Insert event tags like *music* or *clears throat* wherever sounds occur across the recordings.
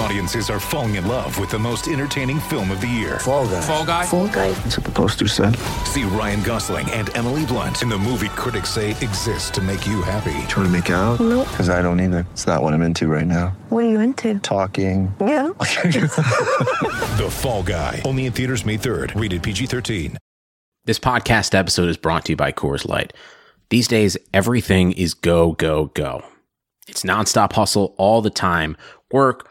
Audiences are falling in love with the most entertaining film of the year. Fall guy. Fall guy. Fall guy. That's what the poster said. See Ryan Gosling and Emily Blunt in the movie critics say exists to make you happy. Trying to make it out? Nope. Because I don't either. It's not what I'm into right now. What are you into? Talking. Yeah. *laughs* The Fall Guy. Only in theaters May 3rd. Rated *laughs* PG 13. This podcast episode is brought to you by Coors Light. These days, everything is go, go, go. It's nonstop hustle all the time. Work,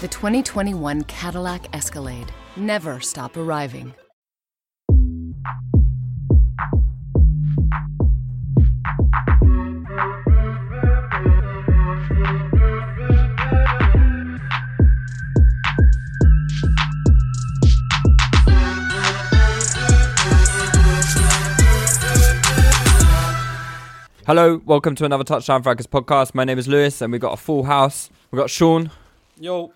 The 2021 Cadillac Escalade. Never stop arriving. Hello, welcome to another Touchdown Frackers podcast. My name is Lewis, and we've got a full house. We've got Sean. Yo.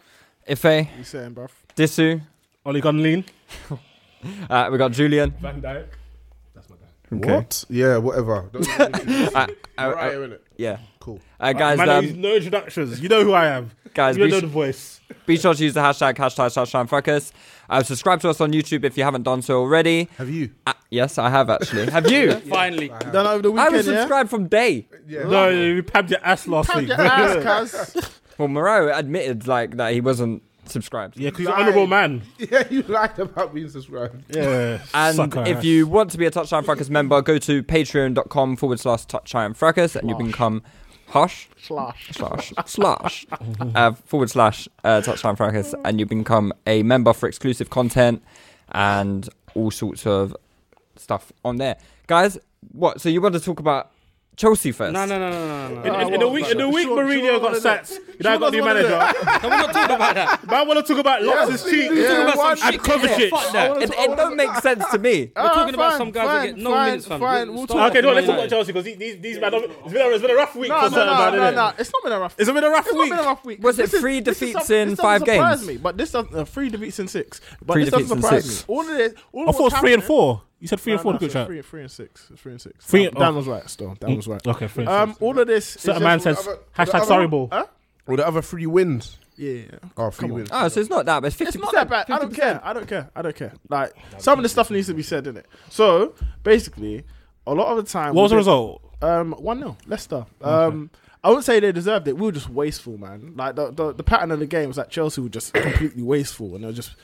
Ife. You saying, bruv? Disu. Oli Gunlean. *laughs* Uh, we've got *laughs* Julian. Van Dyke. That's my guy. What? Yeah, *laughs* whatever. Don't Uh, uh, right uh, here, innit? yeah. Cool. Uh, guys, my um, name's no introductions. You know who I am. Guys, you we know sh- the voice. be sure to use the hashtag, hashtag Touchdown Frackers. Uh, subscribe to us on YouTube if you haven't done so already. Have you? Uh, yes, I have actually. *laughs* Have you? Finally. Done over the I weekend, was yeah? subscribed from day. yeah? No, you pabbed your ass last week. yeah, *laughs* Well, Moreau admitted like that he wasn't subscribed. because you're an honourable man. Yeah, you lied about being *laughs* subscribed. Yeah. Uh, And sucker if ass. you want to be a Touchdown Frackers member, go to patreon.com forward slash touchdown frackers and you can come hush slash slash slash uh, forward slash uh, touchdown frackers and you become a member for exclusive content and all sorts of stuff on there. Guys, what? So you want to talk about Chelsea first? No, no, no, no, no, no. In, in, in the week, in the week, Sure, Mourinho sure, got sure. sacked. You know, I got new doesn't wanna do manager. Can we not talk about that? But I want to talk about Loftus' please, cheek. we can talk about some and Kovacic. It, it don't make sense to me. We're talking about some guys that get no fine, minutes, fine. We'll talk Okay, no, let's talk about about Chelsea because these these men. It's been a, it's been a rough week No, for no, certain no, man, no, innit? no. It's not been a rough It's been a rough It's week. not been a rough week. Was it This is- three this is defeats some- in this doesn't five surprise games? Me, but this doesn't uh, three defeats in six. But Three this doesn't defeats in surprise six. me. All of this. All I of thought what's it's three and happening- four. You said three No, and four no, in the group so chat. Three, three and six. It's Three and six. Three Three. and- Dan, Dan oh. was right. Still, Dan was right. Okay, three and Um, six. all of this. is Certain just man all the says, other- hashtag the other- sorry ball. Huh? Or the other three wins. Yeah. Ah, Oh, three wins. Oh, so it's not that, but it's 50%. It's not that bad. I don't care. I don't care. I don't care. Like some of the stuff needs to be said in it. So basically, a lot of the time. What was the we did- result? Um, one 0 Leicester. Um, I wouldn't say they deserved it. We were just wasteful, man. Like the the, the pattern of the game was that Chelsea were just completely wasteful, and they were just it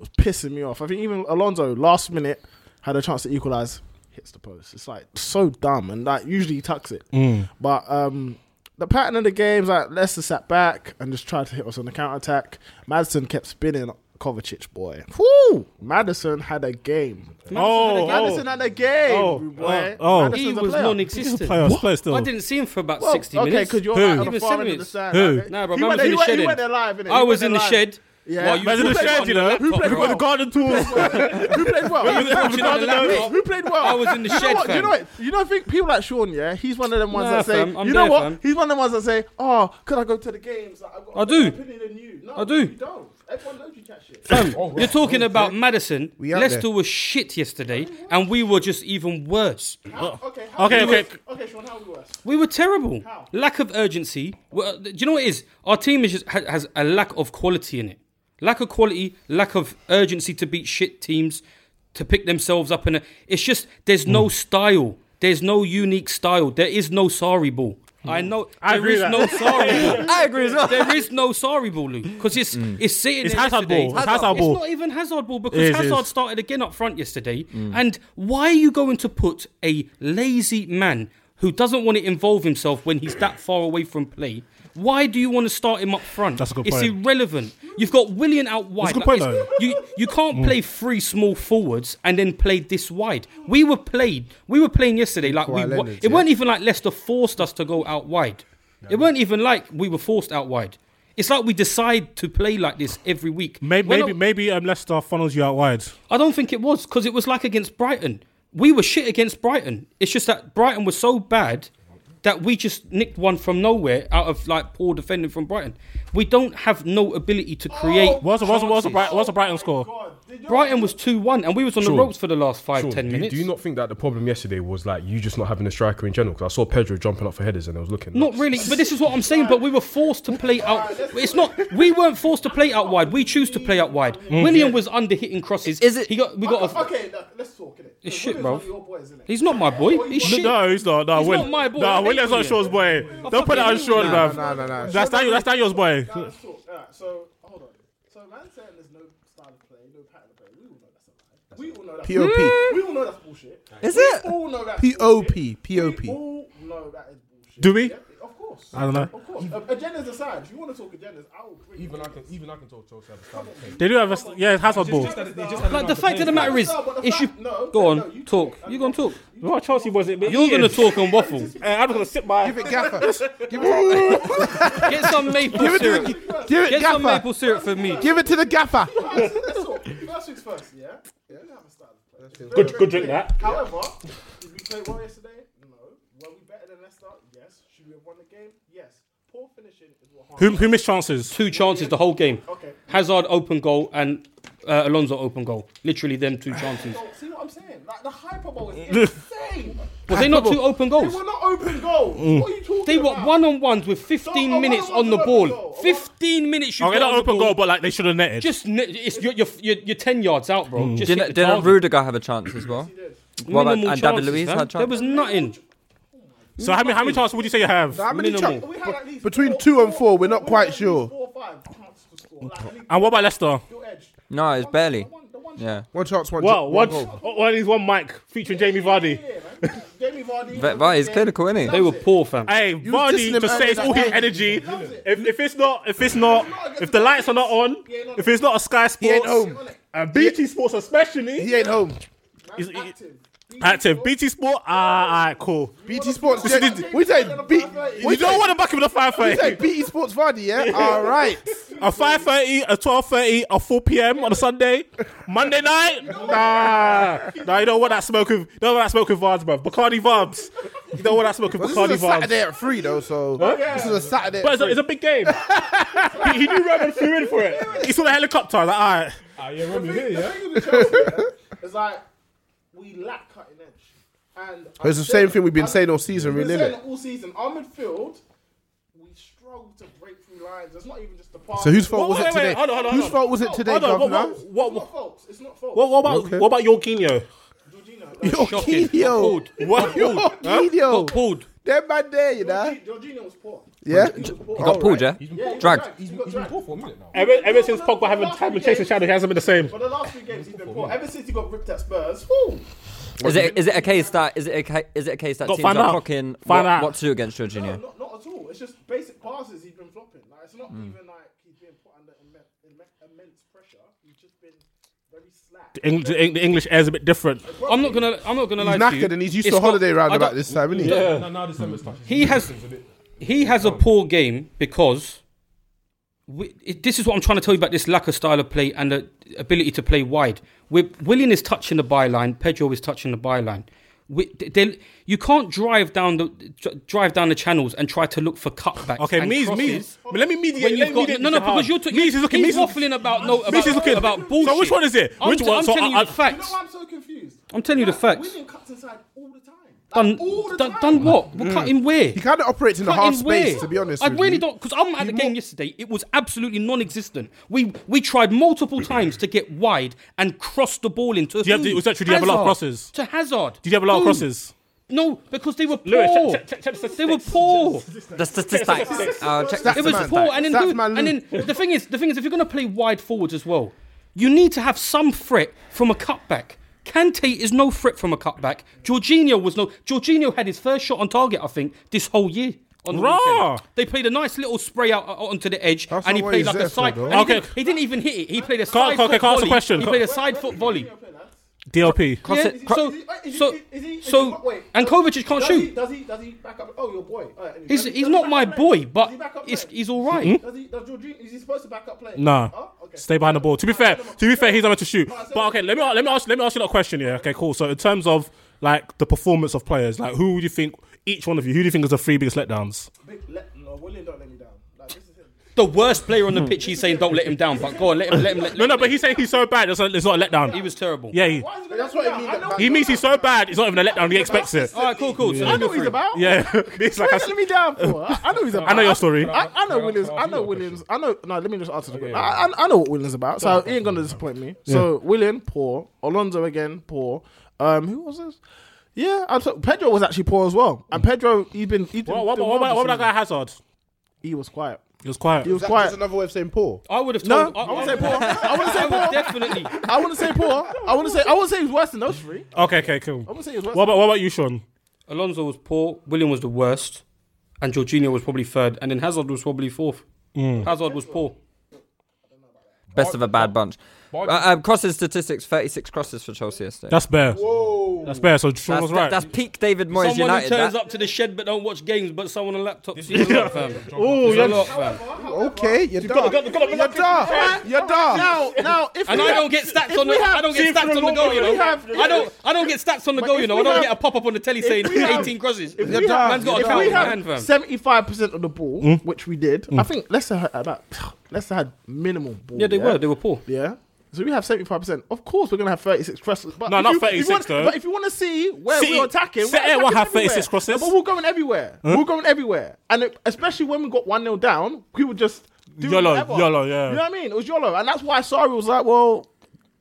was pissing me off. I think even Alonso last minute had a chance to equalize, hits the post. It's like so dumb, and like usually he tucks it, Mm. but um. The pattern of the games, like Leicester sat back and just tried to hit us on the counter attack. Madison kept spinning Kovacic, boy. Whoo! Madison had a game. Oh, Madison had a game, Oh, boy. oh, oh. Maddison's a player. existed. Player still. see him for about Well, okay, because you're Who? like, on Even the far end of the Simmons. sand. Who? Like, Nah, bro, he man went, was in he the went, shed he then. went there live, innit? I He was went in the there live. shed. Yeah. Well, you Imagine the strategy, though. Who played Who well? got the garden tools? Who played well? We was Who watching played on the well? laptop. Who played well? I was in the you know shed, What, you fam. know what? You know, I think people like Sean, yeah, he's one of them ones Nah, that say, fam, I'm you know there, what? fam. He's one of them ones that say, oh, could I go to the games? Like, I've got I a do. better opinion than you. No, I do. You don't. Everyone knows you chat shit. *laughs* Fam, you're talking about Madison. We out Leicester there. was shit yesterday, and we were just even worse. How- okay, how We we were- worse? Okay, Sean, how are we worse? We were terrible. Lack of urgency. Well, uh, do you know what it is? Our team is just, ha- has a lack of quality in it. Lack of quality, lack of urgency to beat shit teams, to pick themselves up. And it's just there's no style. There's no unique style. There is no sorry ball. I know I there agree is with no that. sorry ball. *laughs* I agree as well. There is no sorry ball, Luke, because it's it's sitting. It's there Hazard yesterday. ball. It's Hazard ball. It's not even Hazard ball because It is, it Hazard is. started again up front yesterday. And why are you going to put a lazy man who doesn't want to involve himself when he's that far away from play? Why do you want to start him up front? That's a good it's point. irrelevant. You've got Willian out wide. good point, it's- though. You you can't Mm. play three small forwards and then play this wide. We were played. We were playing yesterday like we. Kawhi wa- Leonard, it yeah. weren't even like Leicester forced us to go out wide. It weren't even like we were forced out wide. It's like we decide to play like this every week. Maybe, We're maybe, not- maybe um, Leicester funnels you out wide. I don't think it was because it was like against Brighton. We were shit against Brighton. It's just that Brighton was so bad that we just nicked one from nowhere out of like poor defending from Brighton. We don't have no ability to create. What's the- what's the- what's the Bright- what's a Brighton score? Brighton was two one, and we was on the Sean, ropes for the last five Sean, ten do, you- minutes. Do you not think that the problem yesterday was like you just not having a striker in general? Because I saw Pedro jumping up for headers and I was looking. Not really, but this is what I'm saying. But we were forced to play out. It's not. We weren't forced to play out wide. We choose to play out wide. Mm. William was under hitting crosses. Is it? He got. We got. okay, a, okay, look, let's talk it. It's shit, Willian's one bro. of your boys, innit? He's not my boy. He's No, shit. no, he's not. No, He's Will. not my boy. I No, hate William's not William. Sean's boy. I Don't put that fucking on Sean, hate bruv. William. No, no, no, no. That's Daniel. That's Daniel's boy. Now, let's talk. All right, so, hold on. So, man saying there's no style of play, no pattern of play. We all know that's a lie. We all know that's POP. bullshit. Hmm. We all know that's bullshit. Is we it? all know that's POP, bullshit. POP. We all know that is bullshit. Do we? Yeah, of course. I don't know. Of course. Uh, agendas aside, if you want to talk agendas, I will bring Even I can, even I can talk Chelsea have a style of play. They do have a yeah, it's Hazard ball. Like the fact of the matter is, if you go on talk, you gonna talk. What Chelsea was it? Eh, You're gonna talk *laughs* and waffle. I'm gonna sit by. Give it *laughs* Gaffer. Give it. *laughs* Get some maple Give it to syrup. the- give it Get some Gaffer. maple syrup for me. Give it to the *laughs* gaffer. Let's talk. First things first, yeah? Yeah, we have a style of play. It's very, Good- very good drink, clear. that. However, did we play well yesterday? No. Were we better than Leicester? Yes. Should we have won the game? Yes. Poor finishing is what harmed Who, who missed chances? Two chances the whole game. Okay. Hazard open goal and uh, Alonso open goal. Literally them two chances. So, see what I'm saying? Like the hyperbole *laughs* is insane. Was they not two open goals? They were not open goals. Mm. What are you talking They were about? one on ones with 15 minutes on the ball. 15 minutes. You Okay, got not on the open goal, but like they should have netted. Just ne- it's, you're, you're, you're, you're 10 yards out, bro. Mm. Just hit the Didn't, didn't target. Rudiger have a chance as well? What about, Minimal and David chances, Luiz fam. had a chance? There was nothing. So how many how many chances would you say you have? How many chances? Between two and four, we're not quite sure. And what about Leicester? No, it's barely. Yeah. One chance, one. Well, one one goal. one is one mic featuring Jamie Vardy. Jamie Vardy. But, but it's clinical, innit? They were poor, fam. Hey, You was dissing Vardy him just earlier saves all that his day. energy. If, if it's not, if it's not, if the lights are not on, if it's not a Sky Sports, ain't home. and BT Sports especially, he ain't home. He's, he- active. BT Sport, ah, alright, cool. BT Sports. This is- yeah, we say beat. You don't want to back him with a five We say thirty. BT Sports Vardy. *laughs* Yeah. All right. A five thirty, a twelve thirty, a four p.m. on a Sunday, Monday night. Nah, nah, you don't want that smoke with, you don't want that smoke with Vibes, bruv. Bacardi Vibes. You don't want that smoke with Well, this Bacardi is a Vibes. Saturday at three though, so Huh? this is a Saturday. at But it's a, three. it's a *laughs* big game. he, he knew Roman flew in for it. He saw the helicopter. I was like, all right. Ah, yeah, Roman The here, thing- the yeah. thing with Chelsea, yeah, It's like we lack cutting edge. And But it's the same thing we've been saying all season, We've really, been innit? saying it all season. Our midfield, we struggle to break through lines. It's not even just the pass. So whose fault Wait, was it wait, wait, today? hold on, hold on, Whose hold on. fault was it today, Hold on, what- Governor? what- It's not fault. It's not fault. What, what about Okay. what about Jorginho? Jorginho. What? Jorginho. pulled. That man there, you know. Jorginho was poor. Yeah. He got pulled, yeah? Dragged. He's been poor for a minute now. Ever, ever since Pogba having time and chasing shadow, he hasn't been the same. For the last few games, he's been poor. Ever since he got ripped at Spurs, whoo. Is it is it a case that is it a ca- is it a case that Go teams find are out. clocking Find what, out. what to do against Jorginho? Not, not at all. It's just basic passes he's been flopping. Like it's not Hmm. Mm. even like he's been put under immense, immense pressure. He's just been very slack. The, Eng- the Eng- the English air is a bit different. I'm not gonna. I'm not gonna He's lie to you. knackered and he's used It's to holiday not- round I about don't- this time, isn't he? No, now December's touching. He has. He has a poor game because we, it, this is what I'm trying to tell you about this lack of style of play and the ability to play wide. We're, Willian is touching the byline. Pedro is touching the byline. We, they, you can't drive down the dr- drive down the channels and try to look for cutbacks. Okay, and Mies, crosses Mies. But let me mediate. When let you've me got, mediate no, no, this hard. because you're, t- Mies is looking. he's Mies is- waffling about no about, Mies is looking about bullshit. So which one is it? I'm, Which t- one? I'm So telling I- you the facts. I'm so confused. I'm telling you the facts. William cuts inside all the time. Done, done, done what? Mm. What cut in where? He kind of operates in a Cut half in space, where? to be honest I with really you. don't, because I'm at the game yesterday. It was absolutely non-existent. We we tried multiple times to get wide and cross the ball into. Do you have who? the- was that true? Do you have a lot of Hazard. crosses? to Hazard? Did you have a lot of Who? crosses? No, because they were poor. Lewis, check- check- they were poor. The statistics. Uh, check It was poor, and then, who- and then the thing is, the thing is, if you're going to play wide forwards as well, you need to have some threat from a cutback. Kante is no threat from a cutback. Jorginho was no. Jorginho had his first shot on target, I think, this whole year. On the Rah! weekend. They played a nice little spray out o- onto the edge, and he not what played he's like there a for, side. though. and he Okay. didn't- he, didn't even hit it. He played a Can't- side foot can't- can't ask the volley. question. He Can't- played a side foot volley. DLP. Yeah, so, so, so, and Kovacic can't does shoot. He, does he? Does he back up? Oh, your boy. All right, anyway. He's, Does he- he's does he not back my up play? boy, but Does he back up he's, play? he's all right. Does he? Does Jorginho, is he supposed to back up play? Nah. Oh, Huh? Stay behind the ball. To be fair, to be fair, he's not meant to shoot. But okay, let me let me ask let me ask you that question. Yeah. Okay. Cool. So in terms of like the performance of players, like who would you think each one of you? Who do you think is the three biggest letdowns? Big, let, no, William don't let me down. Like, this is him. The worst player on the pitch, he's saying, don't let him down, but go on, let him, let him, let No, no. But he's saying he's so bad. It's not, it's not a letdown. He was terrible. Yeah. He, That's what it means. that- he means he's so bad. It's not even a letdown. He expects it. All right, cool, cool. So I then go know what he's through. *laughs* about. *laughs* Yeah. It's like I Let me down. For. I, I know he's about. I know your story. I, I know Williams. I know Williams. I know. No, let me just answer the question. I, I, I know what Williams about, so he ain't gonna disappoint me. So William, poor. Alonso again, poor. Um, who was this? Yeah, I thought Pedro was actually poor as well. And Pedro, he's been. He's been What, what, doing what, well about- this what about that guy season. Hazard? He was quiet. He was quiet. He was That- quiet. That's another way of saying poor. I would have No, told. I wouldn't I- say poor. I wouldn't *laughs* say I would poor. definitely. I wouldn't say poor. I wouldn't say. I wouldn't say he was worse than those three. Okay. Okay. Cool. I wouldn't say he was worse. What about what about you, Sean? Alonso was poor, William was the worst, and Jorginho was probably third, and then Hazard was probably fourth. Mm. Hazard was poor. Best of a bad bunch. Uh, um, crosses statistics: thirty-six crosses for Chelsea yesterday. That's bare. Whoa. That's bare. So Sean That's- was right. That's peak David Moyes someone United. who turns that- up to the shed but don't watch games, but someone on a laptop. Sees *laughs* a lot, fam. Oh, There's a you're- lot, fam. Okay, you're done. You're done. You're done. Now, now, if And we I have- don't get stats if on the. we have- I don't get if stats on we the goal, you know. have- I don't. I don't get stats on the But goal, if you know. we I don't have- get a pop up on the telly if saying we have- 18 crosses. If we have, Man's got a if foul we in have hand, fam. 75% of the ball, Mm. which we did, I Mm. think Leicester had about, *sighs* Leicester had minimal ball. Yeah, they were. They were poor. Yeah. So we have 75%. Of course, we're going to have 36 crosses. But No, if not you, if 36 you want, though. But if you want to see where City- we're attacking, City we're will attacking have 36 everywhere. crosses. No, but we're going everywhere. Huh? We're going everywhere. And it, especially when we got 1 0 down, we would just do YOLO, whatever. YOLO, yeah. You know what I mean? It was YOLO. And that's why Sari was like, well,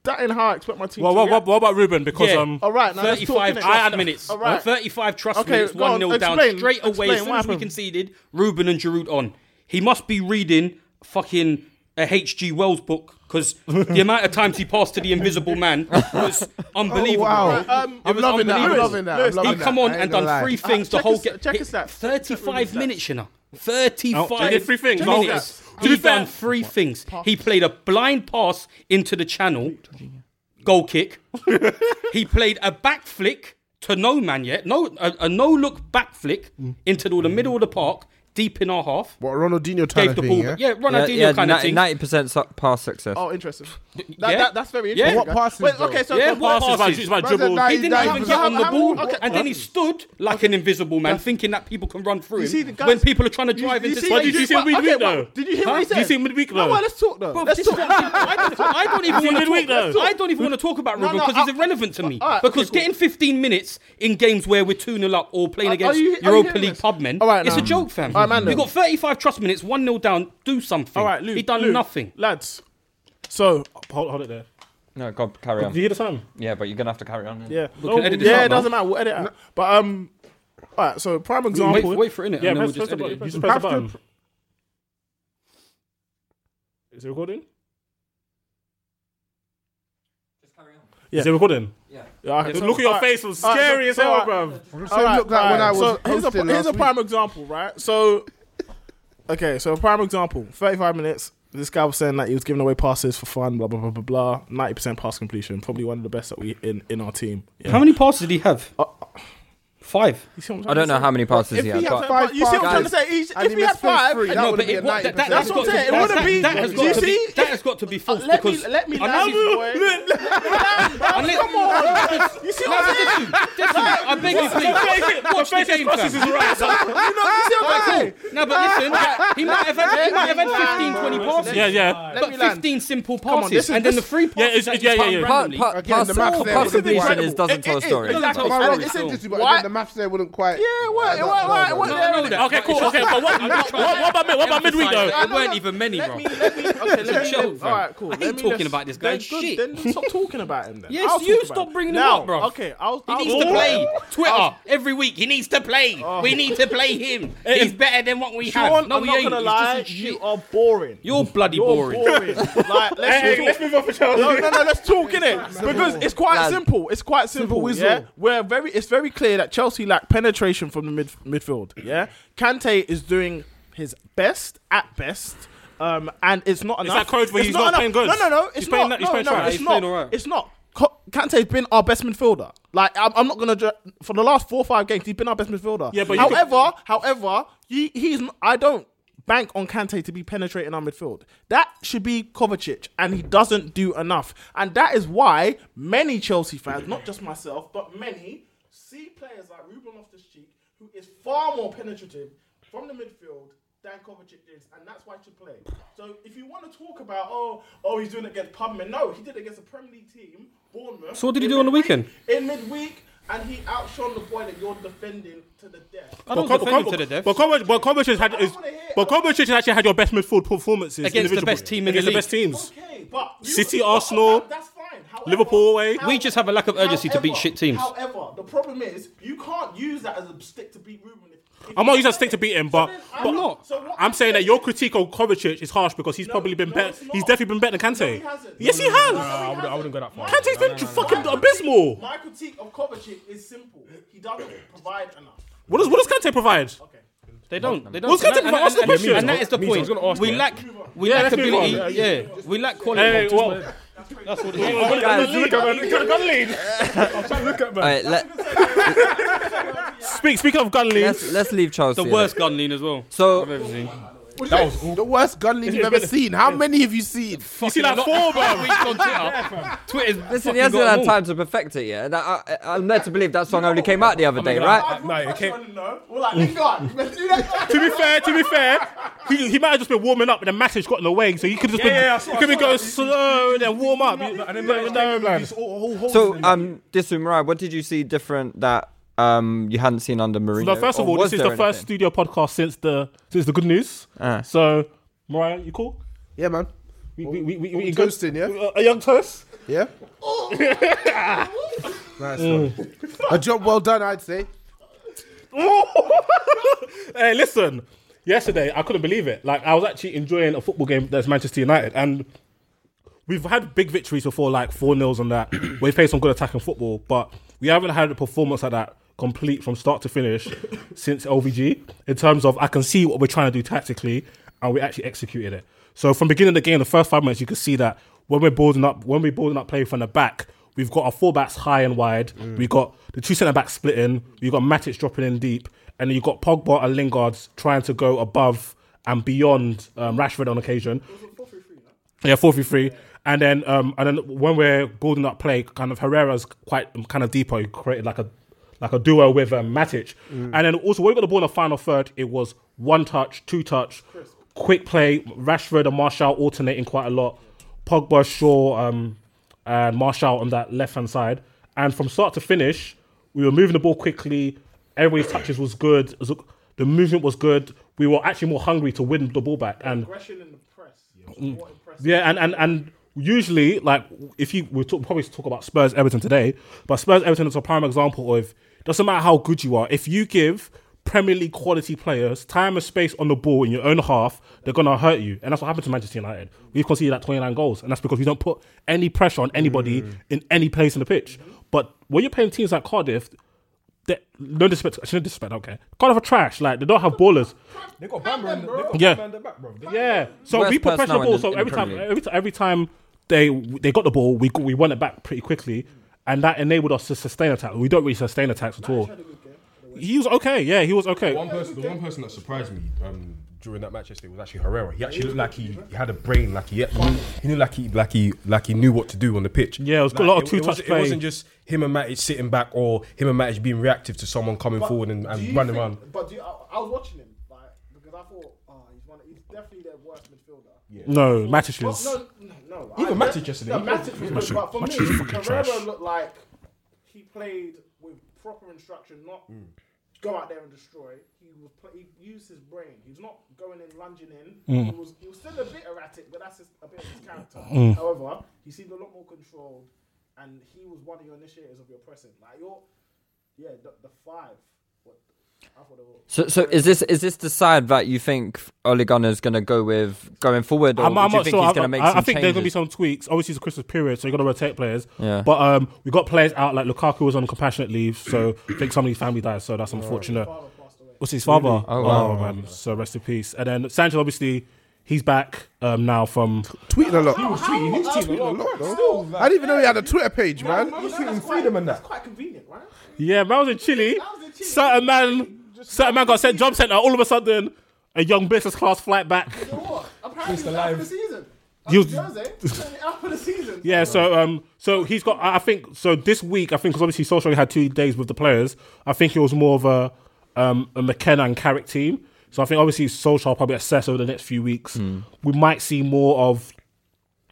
that ain't how I expect my team Well, to what, react. what, what about Ruben? Because Yeah. um, All right, now let's talk, 35 innit? trust I- minutes. all right. 35 trust Okay, minutes, go 1 on, 0 down explain, straight away. explain, as soon what as we happened? conceded, Ruben and Giroud on. He must be reading fucking a H.G. Wells book because the amount of times he passed to the invisible man was unbelievable. wow. Um, It I'm was loving that, I'm unbelievable. loving that, I'm loving he that, come on I ain't and gonna done lie. three Uh, things the check whole his- game. check his Hit stats. 35 minutes, you know. Oh, 35 he did three things. Oh, minutes. To be He fair- done three things. He played a blind pass into the channel, goal kick. *laughs* he played a back flick to no man yet, no a, a no look back flick Mm. into the, the middle of the park, deep in our half. What Ronaldinho type Gave of the thing? ball, Yeah, yeah, Ronaldinho kind of thing. Ninety percent pass success. Oh, *laughs* interesting. That, Yeah. that, that's very Yeah. interesting. What guys. passes, Wait, though? okay, so Yeah, so what passes, passes? by- by Man's a dribble. nine- He didn't nine even percent. get on the How- how- ball, okay, and then he stood like an invisible man, thinking that people can run through You him see the guys- when people are trying to drive into see- space. But did you see Well, him midweek okay, well, though? did you hear what Huh? he Did you said? see him midweek No, though? well, let's talk though. Bro, let's this is *laughs* talk. what I'm saying. I don't, I *laughs* don't even He's want to midweek, talk. though. I don't even want to talk about No, Ruben no, because he's I- irrelevant to me. All right, okay, because cool. getting 15 minutes in games where we're 2 0 up or playing Are- against are you- are you Europa hearing League this? pub men, All right, it's now. a joke, fam. All right, man, you then. got 35 trust minutes, 1 0 down. Do something. All right, Luke, he done Luke, nothing. Lads, so hold, hold it there. No, God, carry on. Did you hear the time? Yeah, but you're gonna have to carry on. yeah, We can No, edit this Oh, yeah, out, it no? doesn't matter. We'll edit it out. But um, all right. So prime example. Wait, wait for it, innit? Yeah, and then press, we'll just press the edit button. it. Just You press the have to button. Is it recording? Is it recording? Yeah. okay, The so- look at your all right, face was all right, scary so- as hell, all right. bruv. Same look like when I was so here's a, hosting here's a last prime example, right? So, okay, so a prime example. Thirty-five minutes. This guy was saying that he was giving away passes for fun, blah blah blah blah blah. Ninety percent pass completion, probably one of the best that we in in our team. Yeah. How many passes did he have? *laughs* Five. I don't know how many passes he had. but- five you see what I'm trying to guys, say? He's, and if he he had missed those five, three, I that know, would but be a it wa- 90%. that- that's That's what what I'm saying, it It wouldn't wouldn't be- be. That has got you to be. see? That has got Uh, to be false Let me, because let me I know land, you- boy. I li- Come on. because- You see No, what I'm but saying? listen, listen, I beg you, What- the please. fake- Watch the the fake game, crosses fam. is right, son. You know, you see what I'm Alright, saying? cool. No, but listen, he might have had, he might have Let me had 15, land, 20 bro. passes. Yeah, yeah. Let me But land. 15 simple Come on, passes, this is- and then the this- three Yeah, passes it's- that yeah, you yeah, found yeah. randomly. Pa- pa- Again, the pass- math there pass wouldn't completion work. is- doesn't tell a story. Doesn't tell a My- story. It's interesting, but Why- again, the maths there wouldn't quite. Yeah, it worked. It worked. It worked. I know that. Okay, cool. It's just- Okay, but what- I'm not what- trying to what about mid- what about emphasize midweek, though? that There weren't even many, bro. Okay, let me. Chill, let- bro. all right, cool. I Let hate me talking just- about this then guy. good, Shit. Then stop talking about him. Then. Yes, I'll you talk about stop him. bringing him now, up, bro. Okay, I'll. He I'll needs talk to about play. him. Oh. Twitter every week. He needs to play. Oh. We need to play him. He's better than what we have. Sean, No, I'm he not ain't. gonna He's just lie. a You shit. are boring. You're bloody You're boring. boring. *laughs* like, let's, Hey, talk. let's move on for Chelsea. No, no, no. Let's talk in it because it's quite Lad. simple. It's quite simple. Simple, yeah, yeah. we're very. It's very clear that Chelsea lack penetration from the mid, midfield. Yeah, Kante is doing his best at best. Um, and it's not Is enough. that code for It's he's not playing enough. good? No, no, no. It's He's not. playing- he's no, playing no, alright. it's He's not. playing alright. It's not. Co- Kante's been our best midfielder. Like I'm, I'm not gonna ju- for the last four or five games, he's been our best midfielder. Yeah, but you could- however, however, he, he's. n- I don't bank on Kante to be penetrating our midfield. That should be Kovacic, and he doesn't do enough. And that is why many Chelsea fans, not just myself, but many, see players like Ruben Loftus-Cheek, who is far more penetrative from the midfield than Kovacic is, and that's why he should play. So if you want to talk about, oh, oh, he's doing it against Pubman, no, he did it against a Premier League team, Bournemouth. So what did he in do on the midweek- weekend? In midweek, and he outshone the boy that you're defending to the death. I don't But defend Kovac- him to the death. But Kovac- but Kovacic has had is, but Kovacic has actually had your best midfield performances Against the individually. best team in the against league. best teams. Okay, but you- City, but Arsenal, that- that's fine. However- Liverpool away. We just have a lack of urgency to beat however- shit teams. However, the problem is you can't use that as a stick to beat Ruben. If, if I'm not using a stick to beat him, but, but I'm not. So what I'm saying that your critique of Kovacic is harsh because he's probably been better. He's definitely been better than Kante. Yes, he has. I wouldn't go that far. Kante's been fucking abysmal. My critique of Kovacic is simple. He doesn't *coughs* provide enough. What does what does Kante provide? They don't. They don't. What's And Kante that- provide? Ask the and- and- question. And that is the Means I was point. gonna ask We you. lack. We Yeah, lack let's move ability. on. Yeah, Yeah, we lack quality. Hey, Just- well- That's what it We're gonna- is. we're gonna lead. We're gonna- we're gonna lead. Alright, let- *laughs* Speak, speak of gun let's, let's leave Chelsea. The worst gun lean as well. So- I've ever seen. That was the worst gun league you've ever seen. How many have you seen? You see that four, bro? Twitter's Listen, fucking he hasn't got 'em had all. time to perfect it yet. And I, I, am led to believe that song only came out the other day, right? No, it came. *laughs* We're like, Lingard, you better do that. to be fair, to be fair, he, he might have just been warming up and the match has got in the way, so he could have just Yeah, been, yeah, I saw- he could I be saw going that. slow and then warm up. You- And then you know, um, man. So, um, Disumurai, what did you see different that um you hadn't seen under Mourinho? No, first of Or all, Oh, was this is there the first anything? studio podcast since the since the good news. Ah. So, Mariah, you cool? Yeah, man. We we we, we, We good? toasting, yeah? A- a young toast. Yeah. nice Uh, *laughs* one. A job well done, I'd say. hey, listen. Yesterday, I couldn't believe it. Like, I was actually enjoying a football game that's Manchester United, and we've had big victories before, like four nils and that. *clears throat* We've played some good attacking football, but we haven't had a performance like that complete from start to finish since LVG. In terms of, I can see what we're trying to do tactically, and we actually executed it. So from beginning of the game, the first five minutes, you could see that when we're building up, when we're building up play from the back, we've got our full backs high and wide. We've got the two centre backs splitting. We've got Matic dropping in deep, and then you've got Pogba and Lingard trying to go above and beyond um, Rashford on occasion. Yeah, four three three, and then um, and then when we're building up play, kind of Herrera's quite um, kind of deeper. He created like a like a duo with um, Matic, and then also when we got the ball in the final third, it was one touch, two touch, quick play. Rashford and Marshall alternating quite a lot. Pogba, Shaw, um, and Marshall on that left hand side, and from start to finish, we were moving the ball quickly. Everybody's touches was good. It was- The movement was good. We were actually more hungry to win the ball back, and Aggression in the press. Mm. Yeah, and, and and usually, like, if you we talk, probably talk about Spurs Everton today, but Spurs Everton is a prime example of doesn't matter how good you are if you give Premier League quality players time and space on the ball in your own half, they're gonna hurt you, and that's what happened to Manchester United. We've conceded like 29 goals, and that's because we don't put any pressure on anybody in any place in the pitch. But when you're playing teams like Cardiff. they- No disrespect, actually, no disrespect, I don't care. Cardiff are trash. Like, they don't have ballers. They got Bamba in the, they got Yeah. Bamba in the back, bro. They- Yeah. So Worst we put pressure personnel on the ball. in the- So in the every time, Premier League. every time, every time they they got the ball, we we won it back pretty quickly, and that enabled us to sustain attack. We don't really sustain attacks at all. He was okay. Yeah, he was okay. One person, the one person that surprised me um, during that match yesterday was actually Herrera. He actually looked like he, he had a brain, like he, he knew like he like he like he knew what to do on the pitch. Yeah, it was like, a lot of it- it two-touch wasn't- play. It wasn't just him and Matic sitting back or him and Matic being reactive to someone coming But forward and, do and you running think- around. But do you, I, I was watching him like, because I thought, oh, he's one. He's definitely their worst midfielder. No, Matic Well, is. no, no, no. Even I- Matic yesterday, No, he- Matic was Matic- good, but for Matic me, is fucking Herrera trash. looked like he played with proper instruction, not go out there and destroy. He was play, he used his brain. He's not going in lunging in. Mm. He was he was still a bit erratic, but that's his, a bit of his character. Mm. However, he seemed a lot more controlled, and he was one of your initiators of your pressing. Like your, yeah, the, the five. What I thought they were. So, so is this is this the side that you think Ole Gunnar's going to go with going forward, or I'm, I'm do you not think sure. he's I, going to make I- I some think there's changes? going to be some tweaks. Obviously, it's a Christmas period, so you're going to rotate players. Yeah. But um, we got players out. Like Lukaku was on compassionate leave, so I think somebody's family died, so that's unfortunate. What's his father? Really? Oh, Oh, wow. man. So rest in peace. And then Sanchez, obviously, he's back um, now from tweeting a lot. He was tweeting. He was tweeting a lot, though. I didn't even know he had a Twitter page, man. He was tweeting freedom and that. Yeah, man was in Chile. Certain man, certain man got sent job centre. All of a sudden, a young business class flight back. Apparently, he's out for the season. He was- *laughs* Jose, apparently out for the season. Yeah, so um, so he's got. I I think so. This week, I think because obviously Solskjaer had two days with the players. I think it was more of a um a McKenna and Carrick team. So I think obviously Solskjaer will probably assess over the next few weeks. We might see more of,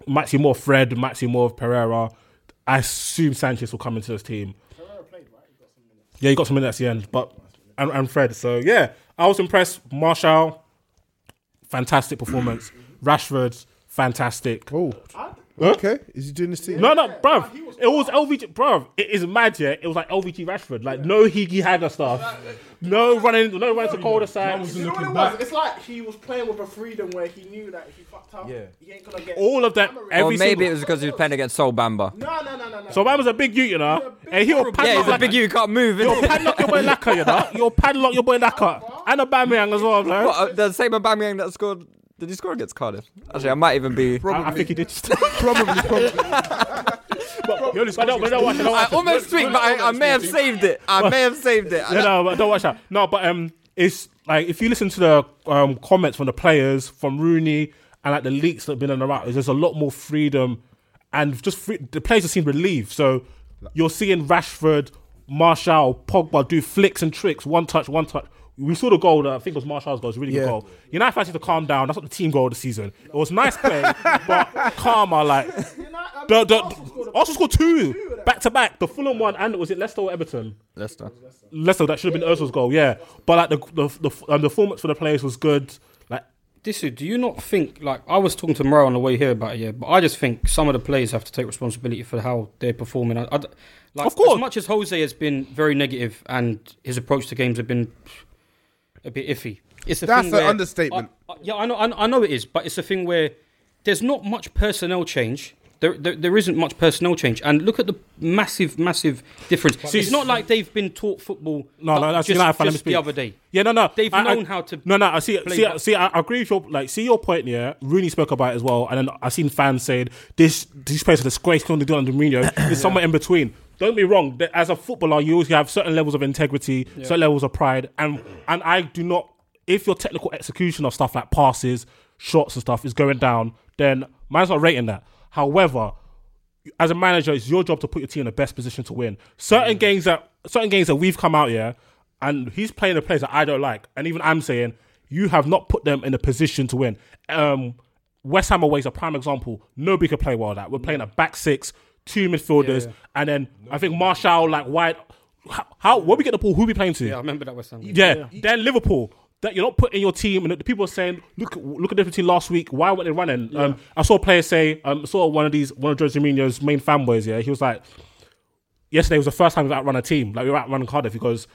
might see more of Fred, might see more of Pereira. I assume Sanchez will come into this team. Yeah, he got some minutes at the end, but and, and Fred. So yeah, I was impressed. Marshall, fantastic performance. Rashford, fantastic. Oh, okay. Is he doing this team? No, no, bruv. It was LVG, bruv. It is mad, yeah. It was like LVG Rashford, like no Higgy Hagger stuff, no running, no running to cul-de-sac. You know what it was? It's like he was playing with a freedom where he knew that if he fucked up, Yeah. he ain't gonna get All of that, or every maybe single. it was because he was playing against Sol Bamba. No, no, no, no, no. So man was a big you, you know, and he will yeah, padlock he's a like big you can't move. innit? padlock your boy Laka, you know. You'll padlock your boy Laka and a Bamiyang as well, man. What, uh, the same Aubameyang that scored. Did he score against Cardiff? Actually, I might even be. I, I think *laughs* he did. probably, probably. *laughs* But no, but don't watch it, don't I watch it. almost tweaked, but I, I may have saved it. I may have saved *laughs* it. no, no, but don't watch that. No, but um, it's like if you listen to the um comments from the players, from Rooney, and like the leaks that have been in and around, there's just a lot more freedom, and just free, the players just seem relieved. So you're seeing Rashford, Marshall, Pogba do flicks and tricks, one touch, one touch. We saw the goal. That I think it was Marshall's goal. It was a really Yeah. good goal. United fans need to calm down. That's not the team goal of the season. It was nice play, *laughs* but calmer. Like the, the, Arsenal scored two back to back. The Fulham one and was it Leicester or Everton? Leicester. Leicester, that should have been Özil's goal, yeah. But like the the the, um, the performance for the players was good. Like Disu, do you not think like I was talking to Morrow on the way here about it, yeah, but I just think some of the players have to take responsibility for how they're performing. I, I d- like, of course, as much as Jose has been very negative and his approach to games have been a bit iffy. It's a That's thing an where- understatement. I- I- yeah, I know, I know- I know it is, but it's a thing where there's not much personnel change. There, there, there isn't much personnel change, and look at the massive, massive difference. See, it's not like they've been taught football. no, no, like, that's just, United fan. let me just the speak. other day. Yeah, no, no. They've I- I- known how to. No, no. I see. play See, that. see. I I agree with your like. See your point. Yeah, Rooney spoke about it as well, and then I seen fans saying this. These players are disgrace. Can they do under Mourinho? *coughs* It's somewhere in between. Don't be wrong. that As a footballer, you always have certain levels of integrity, Yeah. certain levels of pride, and and I do not. If your technical execution of stuff like passes, shots, and stuff is going down, then man's not rating that. However, as a manager, it's your job to put your team in the best position to win. Certain games that certain games that we've come out here, and he's playing the players that I don't like, and even I'm saying you have not put them in a position to win. Um, West Ham away is a prime example. Nobody could play well that. We're playing a back six, two midfielders, and then I think Marshall like wide. How, how where we get the ball? Who we playing to? Yeah, I remember that was something. Yeah, then Liverpool. That you're not putting your team, and the people are saying, "Look, look at the difference between last week. Why weren't they running?" Um, I saw a player say, um, I saw one of these, one of Jose Mourinho's main fanboys. Yeah, he was like, "Yesterday was the first time we've outrun a team. Like we were outrunning Cardiff because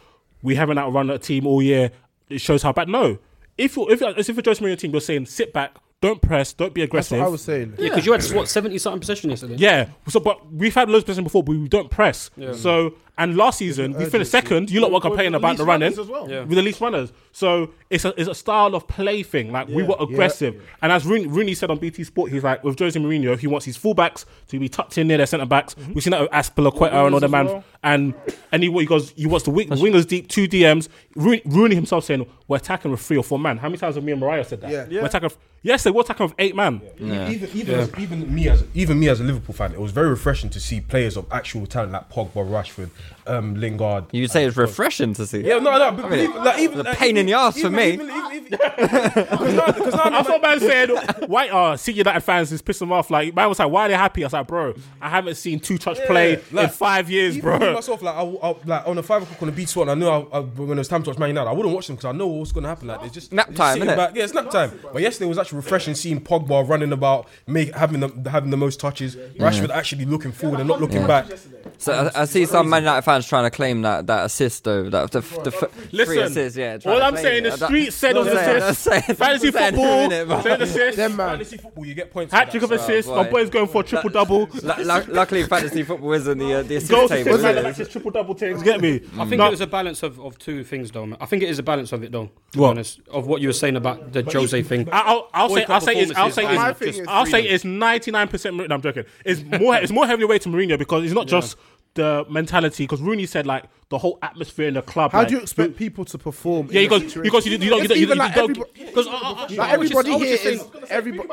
we haven't outrun a team all year. It shows how bad." No, if you're if you're, if you're Jose Mourinho team, you're saying, "Sit back, don't press, don't be That's aggressive." what I was saying. Yeah, because you had what seventy something possession yesterday. Yeah. So, but we've had loads of possession before, but we don't press. Yeah. So, And last season, we finished second. You lot were complaining With the about the least running. runners as well. Yeah. With the least runners. So it's a, it's a style of play thing. Like, we Yeah. were Yeah. aggressive. And as Rooney, Rooney said on BT Sport, he's like, with Jose Mourinho, he wants his fullbacks to be tucked in near their centre backs. We've seen that with Aspilaqueta and all Wingers the as man. Mm-hmm. well. And, and he, he goes, he wants the wing, wingers deep, two DMs. Rooney, Rooney himself saying, we're attacking with three or four man. How many times have me and Mariah said that? Yeah. We're attacking with, yes, they were attacking with eight man. Even even, as, even me as even me as a Liverpool fan, it was very refreshing to see players of actual talent like Pogba, Rashford, um, Lingard. You'd say it's refreshing to see. Yeah, no, no, but I mean, believe, like, even the like, pain in the ass for even- me. even- Because *laughs* I thought man said, "Why are see United fans is pissing them off?" Like man was like, "Why are they happy?" I was like, "Bro, I haven't seen two touch play in like, five years, even me bro." Myself, like, I, I, like on a five o'clock on the beach spot, and I knew I, I, when it was time to watch Man United, I wouldn't watch them because I know what's going to happen. Like, they're just Nap they're time, sitting innit? back. Yeah, it's nap time. But yesterday was actually refreshing seeing Pogba running about, make, having the, having the most touches. Rashford actually looking forward and not looking Yeah. back. So I, I see some Man United fans trying to claim that that assist though. That the, f- the f- three Listen, assists, yeah. trying all to I'm claim saying, it. the I don't- street said it I'm was saying- assist. I'm saying- Fantasy I'm saying who football in it, bro. said assist. Fantasy football, you get points. for Hat that, trick of so- assists. boy. My boy's going for a triple *laughs* double. Lu- lu- luckily, fantasy football is in the uh, the assist Goals table. assist, isn't it? like triple double things. Get me? I think No. it was a balance of, of two things, though. Man. I think it is a balance of it, though. To What? be honest, of what you were saying about the Jose thing. I- I'll, I'll say Boycott I'll say it's I'll performances say and it's, just- I'll say it's ninety nine percent. No, I'm joking. It's more it's more heavily weighted to Mourinho because it's not just the mentality. Because Rooney said like the whole atmosphere in the club. How like, do you expect people to perform? Yeah, in you that got- situation? you got- you- you don't- you If don't- you even don't- like you don't- everybody- Because, uh, uh, uh, like I was just- everybody I was here just is saying- everybody.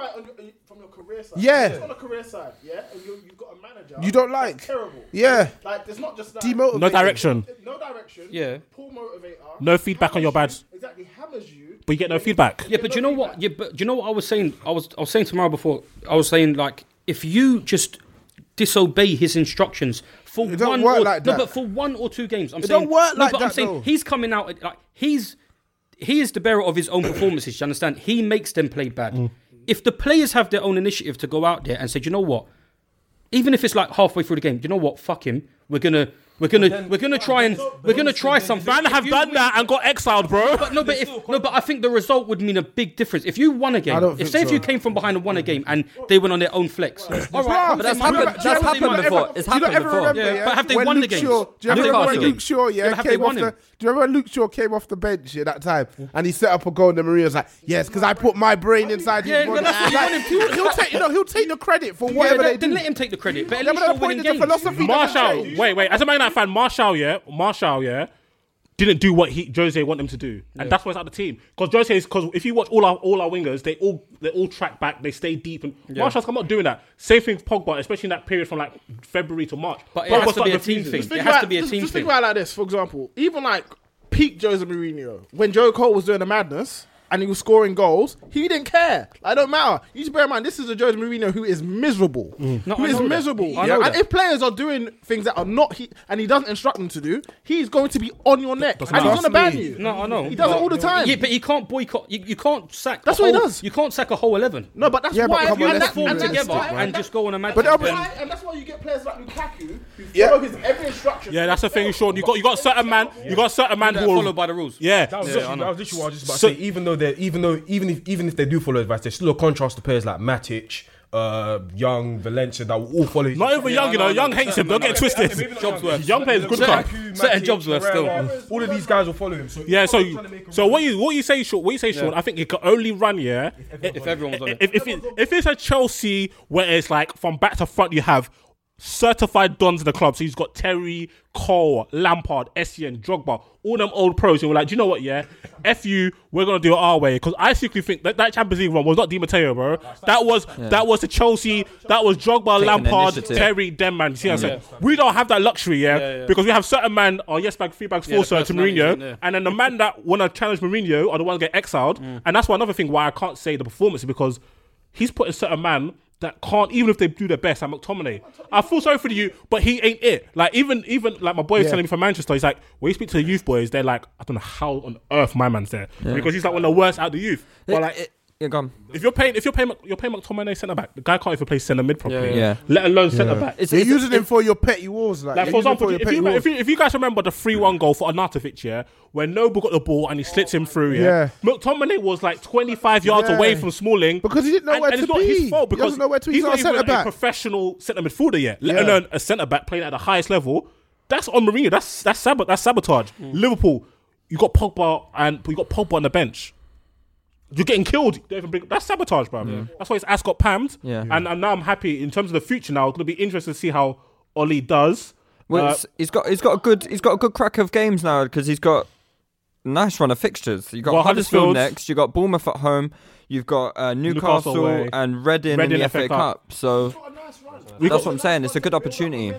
from your career side. Yeah. Just on the career side, yeah, and you, you've got a manager. You don't like. that's terrible. Yeah. Like, there's not just that. Demotivating. No direction. No direction. Yeah. Poor motivator. No feedback on your bads. Exactly. Hammers you. But you get no feedback. Yeah, but do you know what? Yeah, but do you know what I was saying? I was I was saying tomorrow before. I was saying like if you just disobey his instructions for don't one work or, like no, that. but for one or two games, I'm It saying don't work no, like but I'm that, saying though. he's coming out at- like he's he is the bearer of his own performances. Do you understand? He makes them play bad. If the players have their own initiative to go out there and say, do you know what? Even if it's like halfway through the game, do you know what? Fuck him. We're gonna we're gonna we're gonna try and we're gonna try something. Man have done that and got exiled, bro. But no, but if, no, but I think the result would mean a big difference. If you won a game, don't if think say if so. you came from behind and won a game and they went on their own flex, all right, Bruh, but that's they might- happened- they might- that's they happened might- before. It's Do you happened ever before. remember? Yeah, Yeah, but have they when won the Luke games? Shaw, do you Have ever they remember won when the Luke games? Shaw? Yeah, Yeah, have they came off won the. him? Do you remember when Luke Shaw came off the bench at that time and he set up a goal? And Maria's like, "Yes, because I put my brain inside Yeah, his body." but that's what you Like, want him to he'll, do. he'll take, no, he'll take the credit for Yeah, whatever then- they then do. let him take the credit. But at Yeah, least but you're the point winning is the games. philosophy. Marshall, wait, wait. As a Man United fan, Marshall, yeah, Marshall, yeah, didn't do what he Jose wanted him to do, and that's why it's out the team. Because Jose is because if you watch all our all our wingers, they all they all track back, they stay deep, and Marshall's come not doing that. Same thing, with Pogba, especially in that period from like February to March. But it Pogba has to started be a team refusing. thing. Think It has about- to be a just- team Just thing. think about it like this, for example, even like peak Jose Mourinho, when Joe Cole was doing the madness and he was scoring goals, he didn't care. I don't matter. You just bear in mind, this is a Jose Mourinho who is miserable. Mm. No, who I is know that. miserable. I know And that. if players are doing things that are not he and he doesn't instruct them to do, he's going to be on your neck and he's going to ban you. No, I know. He does it But- all the time. Yeah, but you can't boycott. You, you can't sack. That's a what he whole- does. You can't sack a whole eleven. No, but that's Yeah, but why come on, and let's that- be and that's together why- and just go on a mad. But that's I'll be- why- and that's why you get players like Lukaku who Yeah. follow his every instruction. Yeah, that's the thing, Sean. You got you got certain man, you got certain man who will- followed by the rules. Yeah, That was, so- literally, that was literally what I was just about So- to say. Even though they, even though, even if, even if they do follow advice, there's still a contrast to players like Matic, uh, Young, Valencia that will all follow. each- Not even Yeah, young, you no, know. no, Young no, hates him. no, Don't no, get no, twisted. okay, maybe not Jobsworth. Young. Young players good club. Lukaku, Certain Matic, jobs were still. Torreira, All of these guys will follow him. So Yeah, so he's trying to make a so run. what you what you say, Sean? What you say, Sean? I think it could only run, yeah. If everyone's on it. If if, it, if it's a Chelsea where it's like from back to front, you have certified dons in the club. So you've got Terry, Cole, Lampard, Essien, Drogba, all them old pros. And we're like, do you know what? Yeah, f you. We're gonna do it our way because I secretly think that that Champions League run was not Di Matteo, bro. That was that was the Chelsea. That was Drogba, Taking Lampard, initiative. Terry, them man. You see what I'm saying? We don't have that luxury, yeah, because we have certain man. Oh yes, bag, three bags, Yeah, four, the sir, to personalities, Mourinho, isn't there? and then the man that want to challenge Mourinho are the ones get exiled. And that's why another thing why I can't say the performance is because he's put a certain man that can't even if they do their best. Like McTominay, I feel sorry for you, but he ain't it. Like even even like my boy was Yeah. telling me from Manchester, he's like when you speak to the youth boys, they're like I don't know how on earth my man's there because he's like one of the worst out of the youth. But like. Yeah, go on. if you're paying, if you're paying, Mc- you're paying McTominay centre back. The guy can't even play centre mid properly. yeah. Yeah. Let alone centre back. It's, They're it's, using him for your petty wars, like, Like they're for using him example, your if petty you, wars. if, you, if you guys remember the three-one goal for Arnautovic, yeah, when Noble got the ball and he slits him through, yeah, McTominay was like twenty-five yards Yeah. away from Smalling Because he didn't know and, where and to it's not be. his fault He because doesn't know where to be. He's he's not not a even centre-back. a professional centre midfielder yet, let Yeah. alone a centre back playing at the highest level. That's on Mourinho. That's that's sabot. That's sabotage. Mm. Liverpool, you got Pogba and you got Pogba on the bench. You're getting killed. Don't even bring- that's sabotage, bro. That's why his ass got pammed. Yeah. And, and now I'm happy in terms of the future. Now it's gonna be interesting to see how Oli does. Well, Uh, it's, he's got he's got a good he's got a good crack of games now because he's got nice run of fixtures. You got Well, Huddersfield, Huddersfield- next. You got Bournemouth at home. You've got uh, Newcastle, Newcastle away. and Reading, Reading in the FA, Cup. So We that's got- what I'm saying. It's a good opportunity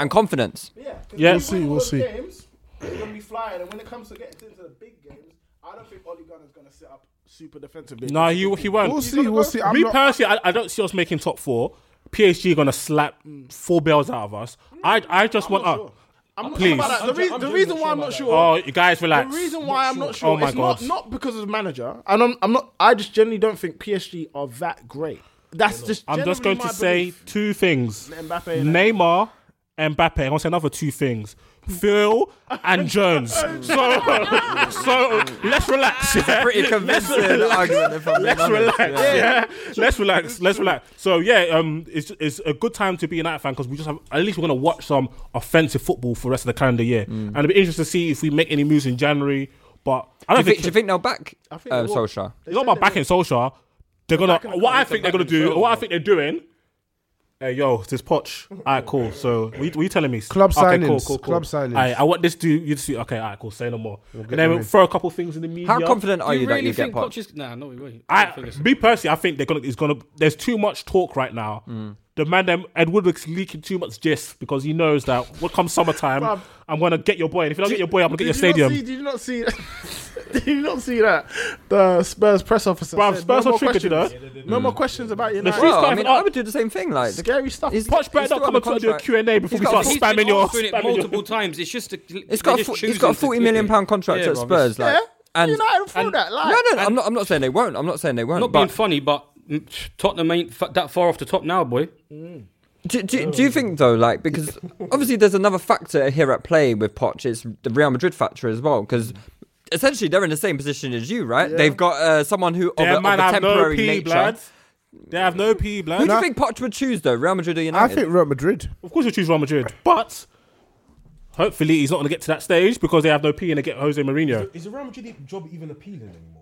and confidence. Yeah. We'll see, we'll Those Games, you're gonna be flying, and when it comes to getting into the big games, I don't think Oli Gunner's gonna set up super defensive. No, he he won't. He's gonna go for it. Me personally, I, I don't see us making top four. PSG gonna slap four bells out of us. I I just want uh, us. I'm not Please. sure about that. The, rea- the reason why I'm not sure. Oh, you guys relax. The reason why I'm not sure Oh my is God. not, not because of the manager. And I'm, I'm not. I just generally don't think PSG are that great. That's just. I'm just going generally my to say belief. two things. Mbappe and- Neymar, Mbappe. I'm gonna say another *laughs* two things. Phil and Jones. So, *laughs* so *laughs* let's relax. It's a yeah? pretty *laughs* Let's convincing relax. argument, if I'm being Let's relax. honest, yeah. Yeah. let's relax. Let's relax. So yeah, um, it's it's a good time to be a United fan because we just have at least we're gonna watch some offensive football for the rest of the calendar year, and it'll be interesting to see if we make any moves in January. But I Mm. Do you, don't think, think, do you think they'll back uh, think they will. Solskjaer? it's not about backing Solskjaer. They're gonna what I think they're gonna do. What I think they're doing. Hey yo, it's this Poch. Alright, cool. So, what you, what you telling me? Club okay, signings, club signings. Alright, I want this to you to see. Okay, alright, cool. Say no more. get and then them we'll in. throw a couple things in the media. Do really think Poch is- Nah, no, we won't. I, me personally, I think they're gonna. It's gonna. There's too much talk right now. Mm. The man, them Ed Woodward's leaking too much gist because he knows that what comes summertime, Bruv. I'm gonna get your boy, and if you don't get your boy, I'm gonna get your Did you not see- stadium. Did you not see? Did you not see that *laughs* the Spurs press officer? Bruv, said, Spurs no more are triggered, you know? questions. No more questions about United. streets Well, I I mean, I would do the same thing. Like Scary stuff. Poch better not still come on and the try to do a contract. Q and A before He's we got- start he's spamming been your offering it spamming your- multiple times. It's just a, It's got a fo- it's got a forty million pound contract at Spurs. Like, and, and- no, no, I'm not. I'm not saying they won't. I'm not saying they won't. Not but being funny, but mm, Tottenham ain't fa- that far off the top now, boy. Mm. do, do, do you think though, like, because *laughs* obviously there's another factor here at play with Poch. It's the Real Madrid factor as well, because. Essentially, they're in the same position as you, right? They've got uh, someone who of, a, Their of man a have no temporary P, nature. blood. They have no P, blood. Who do you think Poch would choose, though? Real Madrid or I United? think Real Madrid. Of course, you choose Real Madrid, but hopefully he's not going to get to that stage because they have no P and they get Jose Mourinho. Is the Real Madrid job even appealing anymore?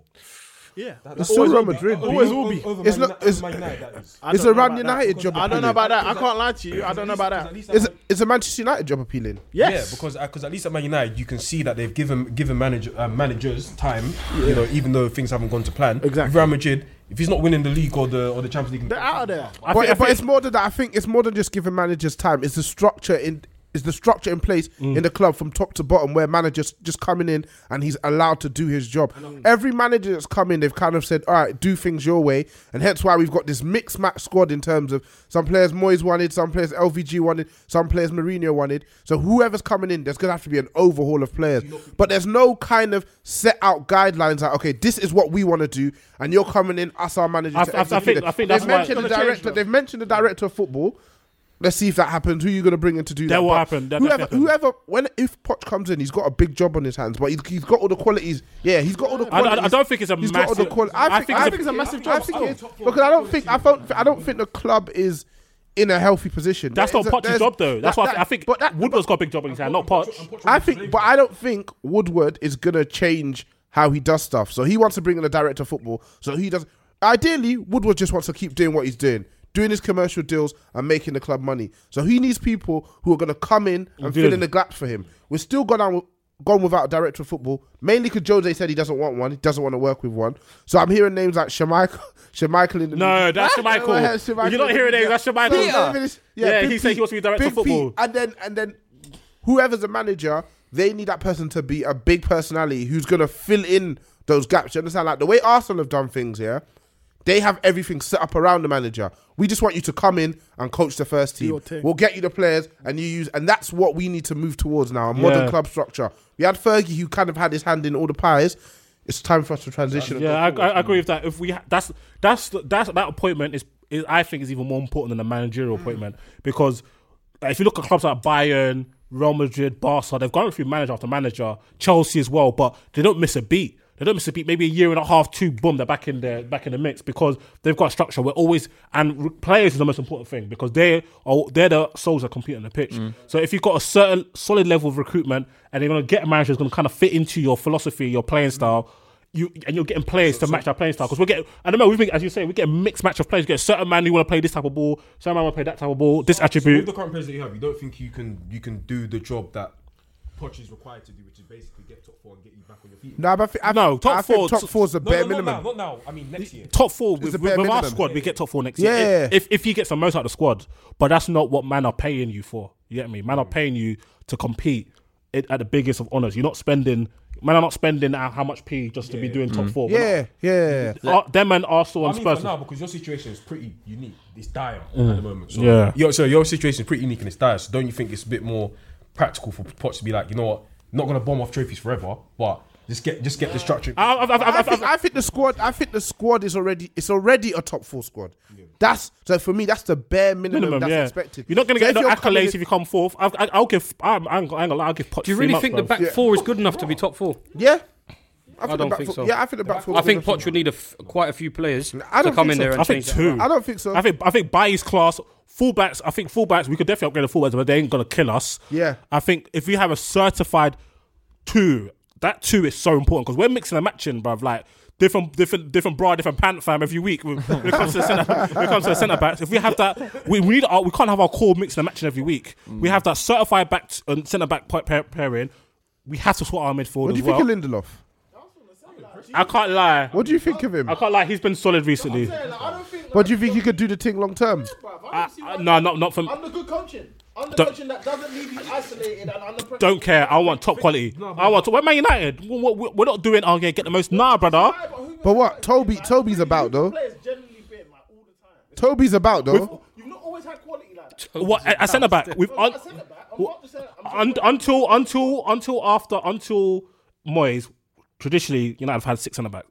Yeah, It's still Real Madrid. Always B. will be. It's not. It's, I it's don't a know Man about that, United because job. I don't appealing. know about that. I can't lie to you. I don't know about that. It's, it's a Manchester United job appealing. Yes. Yeah, because because at least at Man United you can see that they've given given manager uh, managers time, you know, even though things haven't gone to plan. Exactly. Real Madrid, if he's not winning the league or the or the Champions League, They're out of there. But, but it's more than that. I think it's more than just giving managers time. It's the structure in is the structure in place in the club from top to bottom where managers just coming in and he's allowed to do his job. Every manager that's come in, they've kind of said, "All right, do things your way," and hence why we've got this mixed match squad in terms of some players Moyes wanted, some players LVG wanted, some players Mourinho wanted. So whoever's coming in, there's gonna have to be an overhaul of players. But there's no kind of set out guidelines like, okay, this is what we want to do, and you're coming in as our manager. I- to I- I execute think- it. I think They've that's why- mentioned It's the gonna change, director. They've mentioned the director of football. Let's see if that happens. Who are you going to bring in to do that? That will But happen. That whoever, definitely whoever, when if Poch comes in, he's got a big job on his hands, but he's, he's got all the qualities. Yeah, he's got all the. I- I- I Qualities. don't think it's a He's got all the massive- quali- I I, think, think it's I a- think it's a massive I job. think still. it's- because I don't think I don't I don't think the club is in a healthy position. That's There's not a- Poch's there's- job though. That's that- why I that- thi- I think Woodward's got a big job in his hand, not Poch. I think, but I don't think Woodward is gonna change how he does stuff. So he wants to bring in a director of football. So he does. Ideally, Woodward just wants to keep doing what he's doing, doing his commercial deals and making the club money. So he needs people who are gonna come in and do. fill in the gaps for him. We're still gone down. Gone without a director of football, mainly because Jose said he doesn't want one. He doesn't want to work with one. So I'm hearing names like *laughs* Shemichael, Shemichael in the No, *laughs* that's Jermichael. You're not hearing it. That's Jermichael. Yeah, he said he wants to be director of Big P. football. And then and then whoever's the manager, they need that person to be a big personality who's gonna fill in those gaps. You understand? Like the way Arsenal have done things here, they have everything set up around the manager. We just want you to come in and coach the first team. your thing. We'll get you the players and you use and that's what we need to move towards now. A modern Yeah. club structure. We had Fergie who kind of had his hand in all the pies. It's time for us to transition. Yeah, I, I agree with that. If we ha- that's that's that's that appointment is, is I think is even more important than a managerial appointment because uh, if you look at clubs like Bayern, Real Madrid, Barca, they've gone through manager after manager, Chelsea as well, but they don't miss a beat. They don't miss a beat. Maybe a year and a half, two. Boom, they're back in the back in the mix because they've got structure. We're always and r- players is the most important thing because they are they're the souls that compete on the pitch. Mm. So if you've got a certain solid level of recruitment and you're going to get a manager who's going to kind of fit into your philosophy, your playing style, you and you're getting players to match our playing style because we're getting. I don't know. We think, as you say, we get a mixed match of players. You get a certain man who want to play this type of ball, certain man want to play that type of ball, this With attribute. the current players that you have, you don't think you can you can do the job that Poch is required to do, which is basically get top four and get you back on your feet. No, but I thi- I no, think- top I four. think top four is the No, bare no, minimum. Not now, not now. I mean next year. Top four It's with, the with, bare with our minimum. squad, we get top four next year. Yeah. If, if if he gets the most out of the squad, but that's not what man are paying you for. You get me? Man Mm. are paying you to compete it, at the biggest of honors. You're not spending. Man are not spending out how much p just to be doing top Mm. four. We're Yeah, not. yeah. Ar- them and Arsenal I and mean Spurs. for now because your situation is pretty unique. It's dire Mm. at the moment. So Yeah. Your, so your situation is pretty unique and it's dire. So don't you think it's a bit more practical for Poch to be like, you know what, not gonna bomb off trophies forever, but just get just get the structure. I think- I think the squad. I think the squad is already. It's already a top four squad. That's so for me. That's the bare minimum, Minimum, that's yeah. expected. You're not going to So get no you're coming in- accolades if you come fourth. I, I, I'll give. I'm, I'm, I'm gonna lie, I'll give. Poch Do you three really months, think bro. the back four is good enough to be top four? Yeah. I, think the don't back think four- so. yeah, I think the back four I is think good Poch would need a f- quite a few players I to don't come think in so. there and I think change that two. around. don't think so. I think I think Baye's class fullbacks. I think fullbacks. We could definitely upgrade the fullbacks, but they ain't gonna kill us. Yeah. I think if we have a certified two, that two is so important because we're mixing and matching, bruv. Like different, different, different bra, different pant fam every week. When when it comes to the centre, when it comes to the centre backs, if we have that, we, we need our, we can't have our core mixing and matching every week. Mm. We have that certified back and centre back pa- pa- pairing. We have to swap our midfield What do as you think well. of Lindelof? I can't lie. What do you think of him? I can't lie. He's been solid recently. But do you think he could do the thing long term? Uh, no, not not from. Under good coaching. Under Don't- coaching that doesn't leave you isolated and under pressure. Don't care. I want top quality. I want. To, we're Man United. We're, we're- we're not doing. Oh yeah, get the most. Nah, brother. But what Toby? Toby's about though. Players generally been like all the time. Toby's about though. You've not always had quality like that. What at centre back? We've un, un, until until until after until Moyes. Traditionally, United have had six centre backs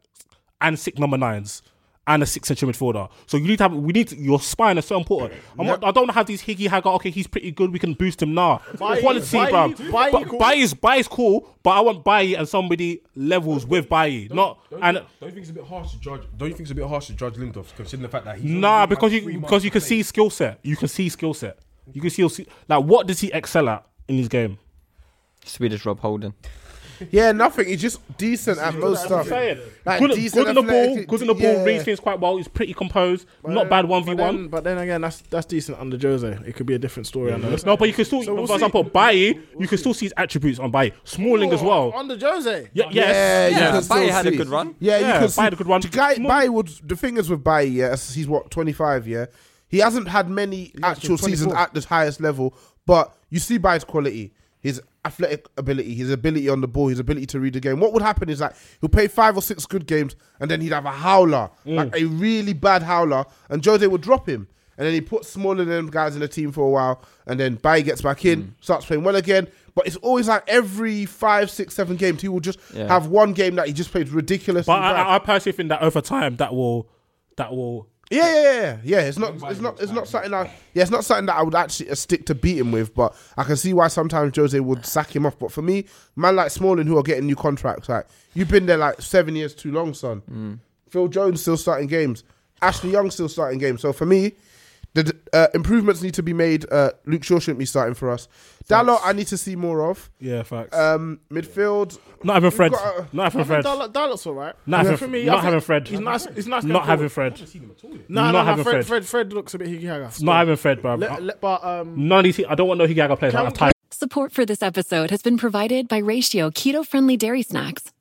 and six number nines and a six central midfielder. So you need to have. We need to, your spine is so important. I'm not, I don't want to have these Higgy Haggard. Okay, he's pretty good. We can boost him now. Bailly- Quality, Bailly- bro. Bailly But cool. Bailly's- Bailly's cool, but I want Bailly and somebody levels with Bailly, not Don't, and. you, don't you think it's a bit harsh to judge? Don't you think it's a bit harsh to judge Lindelof, considering the fact that he's Nah, only had because three you months because you to can play? see skill set. You can see skill set. You can see see- like what does he excel at in his game? Swedish Rob Holden. Yeah, nothing. He's just decent at most That's what I'm stuff. saying. Like, good, decent good in the ball, athletic- good in the ball, yeah. reads things quite well. He's pretty composed, But not then- bad one v but one. then- But then again, that's that's decent under Jose. It could be a different story under. No, but you can still, So we'll for see. example, Baye, you can still see his attributes on Baye. Smalling as well. Under Jose. Yeah, yes. you can still see. Yeah, you can see. Baye had a good run. The guy, Baye would. The thing is with Baye, yeah, as he's what twenty five. Yeah, he hasn't had many actual seasons 24. at the highest level, but you see Baye's quality, his athletic ability, his ability on the ball, his ability to read the game. What would happen is like he'll play five or six good games, and then he'd have a howler, Mm. like a really bad howler, and Jose would drop him. And then he puts smaller than them guys in the team for a while, and then Baye gets back in, Mm. starts playing well again. But it's always like every five, six, seven games, he will just Yeah. have one game that he just played ridiculous. But I, I- I personally think that over time, that will, that will. Yeah, yeah, yeah, yeah. It's not, it's not, it's not something that. Yeah, it's not something that I would actually uh, stick to beat him with. But I can see why sometimes Jose would sack him off. But for me, man like Smalling who are getting new contracts, like you've been there like seven years too long, son. Mm. Phil Jones still starting games. Ashley Young still starting games. So for me, the d- uh, improvements need to be made. Uh, Luke Shaw shouldn't be starting for us. Dalot, I need to see more of. Yeah, facts. Um, midfield. Not having we've Fred. got uh, a- Not having Fred. Dal- Dalot's all right. Not having- for me, not I think having Fred. He's nice. He's nice. going Not having forward. Fred. No, Not no, no, having Fred, Fred. Fred. Fred looks a bit higgy Not having Fred, bro. Le- le- but um, None of these. I don't want no Higaga players. I have time. Support for this episode has been provided by Ratio Keto Friendly Dairy Snacks.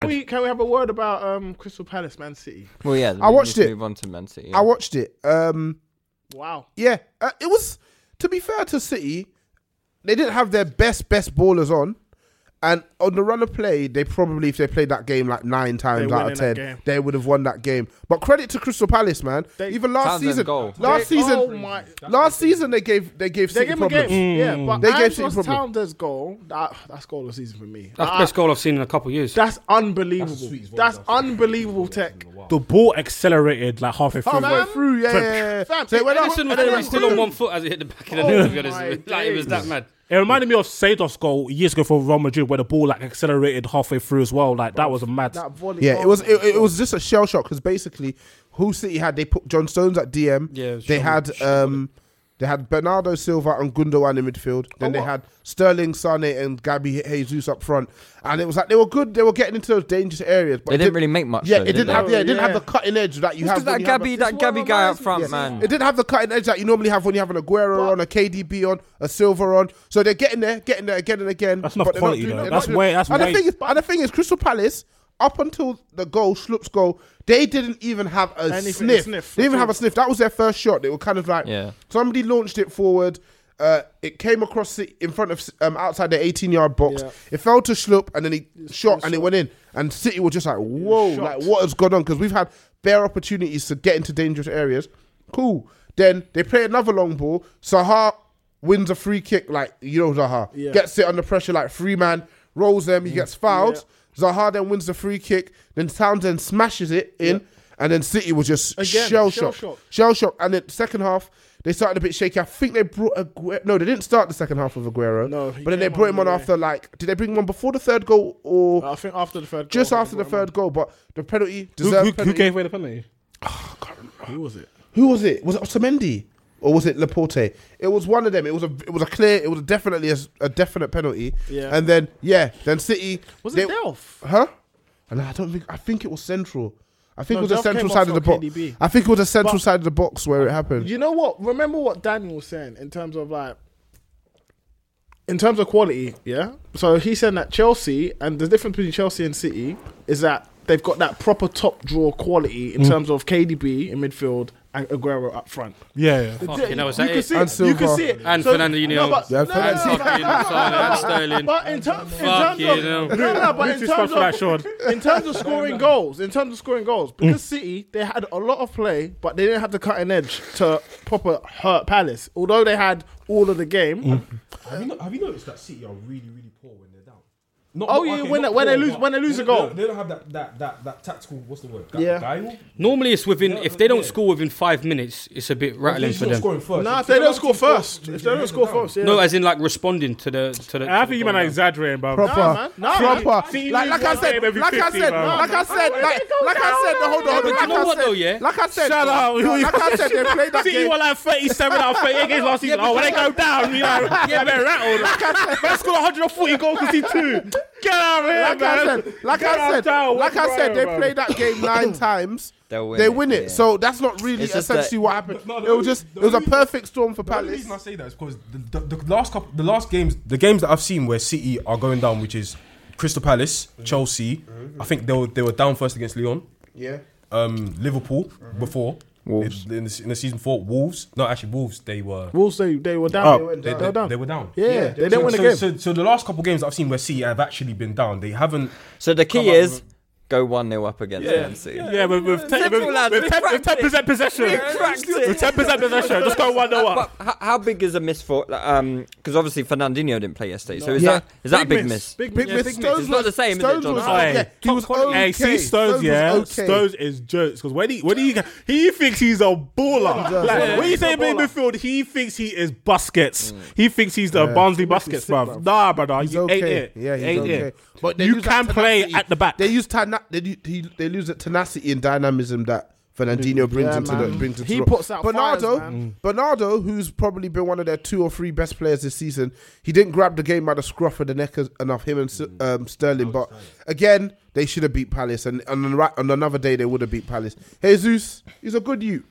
can we, can we have a word about um Crystal Palace, Man City? Well, yeah. I we watched need to it. Move on to Man City. I watched it. Um, Wow. Yeah, uh, it was. To be fair to City, they didn't have their best best ballers on, And on the run of play, they probably, if they played that game like nine times They're out winning of that ten, game. they would have won that game. But credit to Crystal Palace, man. Even last Townsend season, goal. last They- season, oh my- last season they gave they gave They City gave him a problems. game. Yeah, but they gave City Ange problems. Townsend's goal, that, that's goal of the season for me. That's the I- best goal I've seen in a couple of years. That's unbelievable. That's, unbelievable tech. The ball accelerated like halfway through. Halfway through, yeah, yeah, yeah. Fam, So it went up- Henderson and then it was went still through. on one foot as it hit the back of the net. To be honest, with you. like it was that mad. It reminded me of Seydorf's goal years ago for Real Madrid, where the ball like accelerated halfway through as well. Like that was a mad. That volley Yeah, it was it, it was just a shell shock because basically, who City had they put John Stones at DM. Yeah, it was they shot- had um, they had Bernardo Silva and Gundogan in midfield. Oh, Then they had Sterling, Sane, and Gabby Jesus up front. And it was like they were good. They were getting into those dangerous areas. But They it didn't really make much Yeah, though, it did didn't they? have. Yeah, Oh, it didn't Yeah. have the cutting edge that you It's 'cause have. that when you have Gabby- a- that It's Gabby what guy up reminds me- front, yeah. man. It didn't have the cutting edge that you normally have when you have an Aguero on, a KDB on, a Silva on. So they're getting there, getting there again and again. That's not quality, though. That's way- that's and the way- thing is, and the thing is, Crystal Palace up until the goal, Schlupp's goal, they didn't even have a Anything, sniff. sniff They didn't even at have all. a sniff. That was their first shot. They were kind of like Yeah. somebody launched it forward. Uh, it came across the, in front of C- um, outside their 18 yard box. Yeah. It fell to Schlupp and then he shot and it went in. And City were just like, whoa, like what has gone on? Because we've had bare opportunities to get into dangerous areas. Cool. Then they play another long ball. Sahar wins a free kick, like you know Zaha Yeah. gets it under pressure, like free man rolls them. He Mm. gets fouled. Zaha then wins the free kick. Then Townsend smashes it in, and then City was just Again, shell shell shocked, shocked. shell shocked. And then second half they started a bit shaky. I think they brought Aguero. No, they didn't start the second half with Aguero. No, but then they came brought on him on midway. after like did they bring him on before the third goal or I think after the third just goal, after the they third goal? But the penalty who, deserved. who- who penalty. gave away the penalty? Who was it? Who was it? Was it Otamendi or was it Laporte? It was one of them. It was a it was a clear. It was definitely a, a definite penalty. Yeah. And then yeah, then City Was it they- Delph? Huh? And I don't think I think it was central. I think No, it was the Delph central came side of off the from box. KDB. I think it was the central But- side of the box where it happened. You know what? Remember what Daniel was saying in terms of like, in terms of quality. Yeah. So he said that Chelsea and the difference between Chelsea and City is that they've got that proper top draw quality in Mm. terms of KDB in midfield and Aguero up front. Yeah, yeah. The Fucking di- hell, is you that can it? see And it. You can Silva. see it. And Fernando Nuno. Yeah, Fernando. And *laughs* fucking Sane and Sterling. But in, ter- in terms Fucking of, hell. no, no, but in Brutus terms fucked that of, shot. in terms of scoring goals, in terms of scoring goals, because City they had a lot of play, but they didn't have the cutting edge to proper hurt Palace. Although they had all of the game. Have you, not, have you noticed that City are really, really poor when they're down? Oh, yeah, when they- when they lose- but when they lose a don't- goal. don't- They don't have that, that, that, that tactical, what's the word? Gu- Guile? Normally, it's within. If they don't score within five minutes, it's a bit rattling least for not them. scoring first. Nah, if they don't score first, if they don't score first, yeah. No, as in like responding to the to the. I think you man are exaggerating, bro. Proper, Nah, man. proper. See, you like, lose like I one said, game every like I 50, said, bro. like I said, like, like I said, no, hold on, hold on. But you Like know I what said, though, yeah? Like I said, Shut up. Like I said, they played that See, you game. were like 37 out of 38 games last season. Yeah, oh, when they go because- down, you know, *laughs* Yeah, yeah, they're but- rattled. Like I said- Man, scored 140 goals because he two. Get out of here, like man. I said, like Get I said, down. like What's I said, wrong, they bro? played that game nine times. They'll win they it, win it, yeah. so that's not really It's just essentially that- what happened. No, no, it was just, the it was a reason- perfect storm for The only Palace. reason I say that is because the, the, the last couple, the last games, the games that I've seen where City are going down, which is Crystal Palace, Mm-hmm. Chelsea. I think they were they were down first against Leon. Yeah. Um, Liverpool Mm-hmm. before. Wolves. In, in the, in the season four, Wolves. No, actually, Wolves. They were. Wolves they they were down. Up. They, went They- down. they- were down. they were down. Yeah, they didn't so, win so, the game. So, so the last couple games I've seen where City have actually been down. They haven't. So the key Come on, is go 1 0 up against Yeah. Man City. Yeah, with, with, ten, Simple, with, lads, with, we ten, with cracked 10% it. possession. We cracked it. With 10% possession. Just go 1 0 up. But how, how big is a miss for? like, Um, because obviously Fernandinho didn't play yesterday. So is Yeah. that is that a Big big miss? miss. Big miss. Yeah, big miss. It's not the same. Stones is it, John? was- Hey. Yeah, he was Hey, okay. see Stones Stones, was yeah. okay. Stones is jokes because when he when he he thinks he's a Yeah. baller. Like, Yeah. When you He's say a big baller. Mm. midfield, he thinks he is baskets. He thinks he's the Barnsley baskets, sick, bruv. Nah, brother, He's you ain't okay. it. Yeah, he's ain't okay. it. But they you lose can that play tenacity. at the back. They use tena- they, do- he, they lose that tenacity and dynamism that Fernandinho brings Yeah, into the man. brings into He the puts out Bernardo, fires, man. Bernardo, who's probably been one of their two or three best players this season. He didn't grab the game by the scruff of the neck as- enough. Him and S- um, Sterling, but again, they should have beat Palace, and, and on, ra- on another day they would have beat Palace. Jesus, he's a good *laughs* you.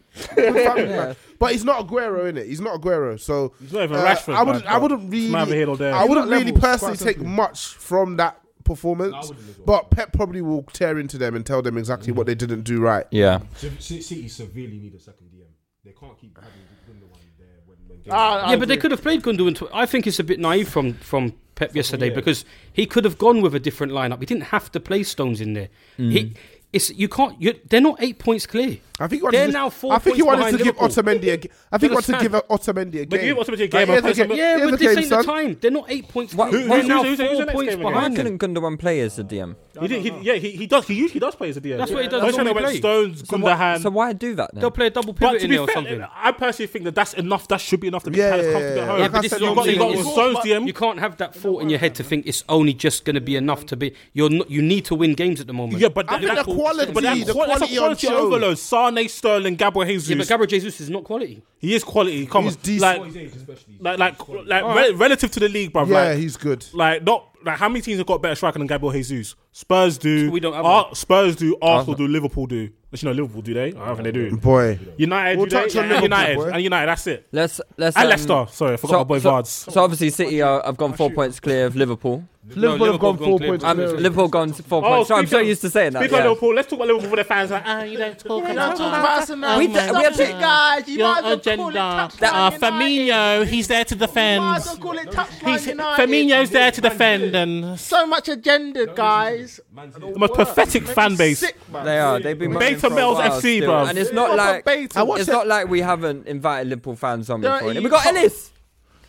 But he's not Aguero, in it. He's not Aguero, so He's not even uh, Rashford, I wouldn't. man, I bro. wouldn't It's neither really. here nor there. I wouldn't He's not really levels, personally quite take simply. much from that performance, but Pep probably will tear into them and tell them exactly what they didn't do right. Yeah. Civ- C- City severely need a second DM. They can't keep having Gundogan there when. when games- Ah, I yeah, but they agree. could have played Gundogan. Tw- I think it's a bit naive from from Pep yesterday because he could have gone with a different lineup. He didn't have to play Stones in there. Mm. He, it's you can't. You're, they're not eight points clear. I think he wanted they're to- now four. I think points he wanted behind to give Liverpool. Otamendi. A, g- I think he wanted to give Otamendi a game. But give Otamendi a game. Like, here's I'll the play game- some- Yeah, here's but the this game, ain't the son. time. They're not eight points. Why, clear. why- They're now who's- who's- who's four the next points game again? behind. Why couldn't Gundogan play as the DM? He did, he, yeah, he, he does. He usually does play as a DM. That's what he does, That's when they normally went play. Stones, So why- Gundogan. so why do that then? They'll play a double But pivot to in be there or fair, something. I personally think that that's enough. That should be enough to be Yeah, Palace yeah, comfortable at home. yeah, but this is you what got, I'm you got saying. Stones DM. You can't have that thought in your head to think it's only just going to be enough to be. You're not, you need to win games at the moment. Yeah, but that- that's that- but that- that's a quality overload. Sane, Sterling, Gabriel Jesus. Yeah, but Gabriel Jesus is not quality. He is quality. Come He's on. decent. Like, For his age, especially. like, like, like All re- right. relative to the league, bro. Yeah, like, he's good. Like, not like how many teams have got better striker than Gabriel Jesus? Spurs do. We don't have Ar- one. Spurs do. Arsenal Arsenal. do. Liverpool do. Actually, no, Liverpool do they? I don't think they do. Boy. United We'll do they? touch on Yeah, and Liverpool, United boy. and United. That's it. Let's let's and um, Leicester. Sorry, I forgot so, my boy so, Vards. So obviously City are, have gone four points clear of Liverpool. Liverpool No, have Liverpool gone gone four clear. points Um, clear. Liverpool gone four points. So I'm speak so of- used to saying that. Speak of Yeah. Liverpool. Let's talk about Liverpool. When their fans are like, ah, you don't talk don't about talk about us enough. We d- we have to- guys, you might as well call it agenda. touchline Uh, Firmino, he's there to Might defend. as well call it touchline United. Firmino's there to defend, and So much agenda, guys. the most pathetic fan base. They are. They've been running Beta for a Mel's while FC, still. bro. And it's not like Beta. I watched it's it- not like we haven't invited Liverpool fans on before. Dirty We got cock. Ellis.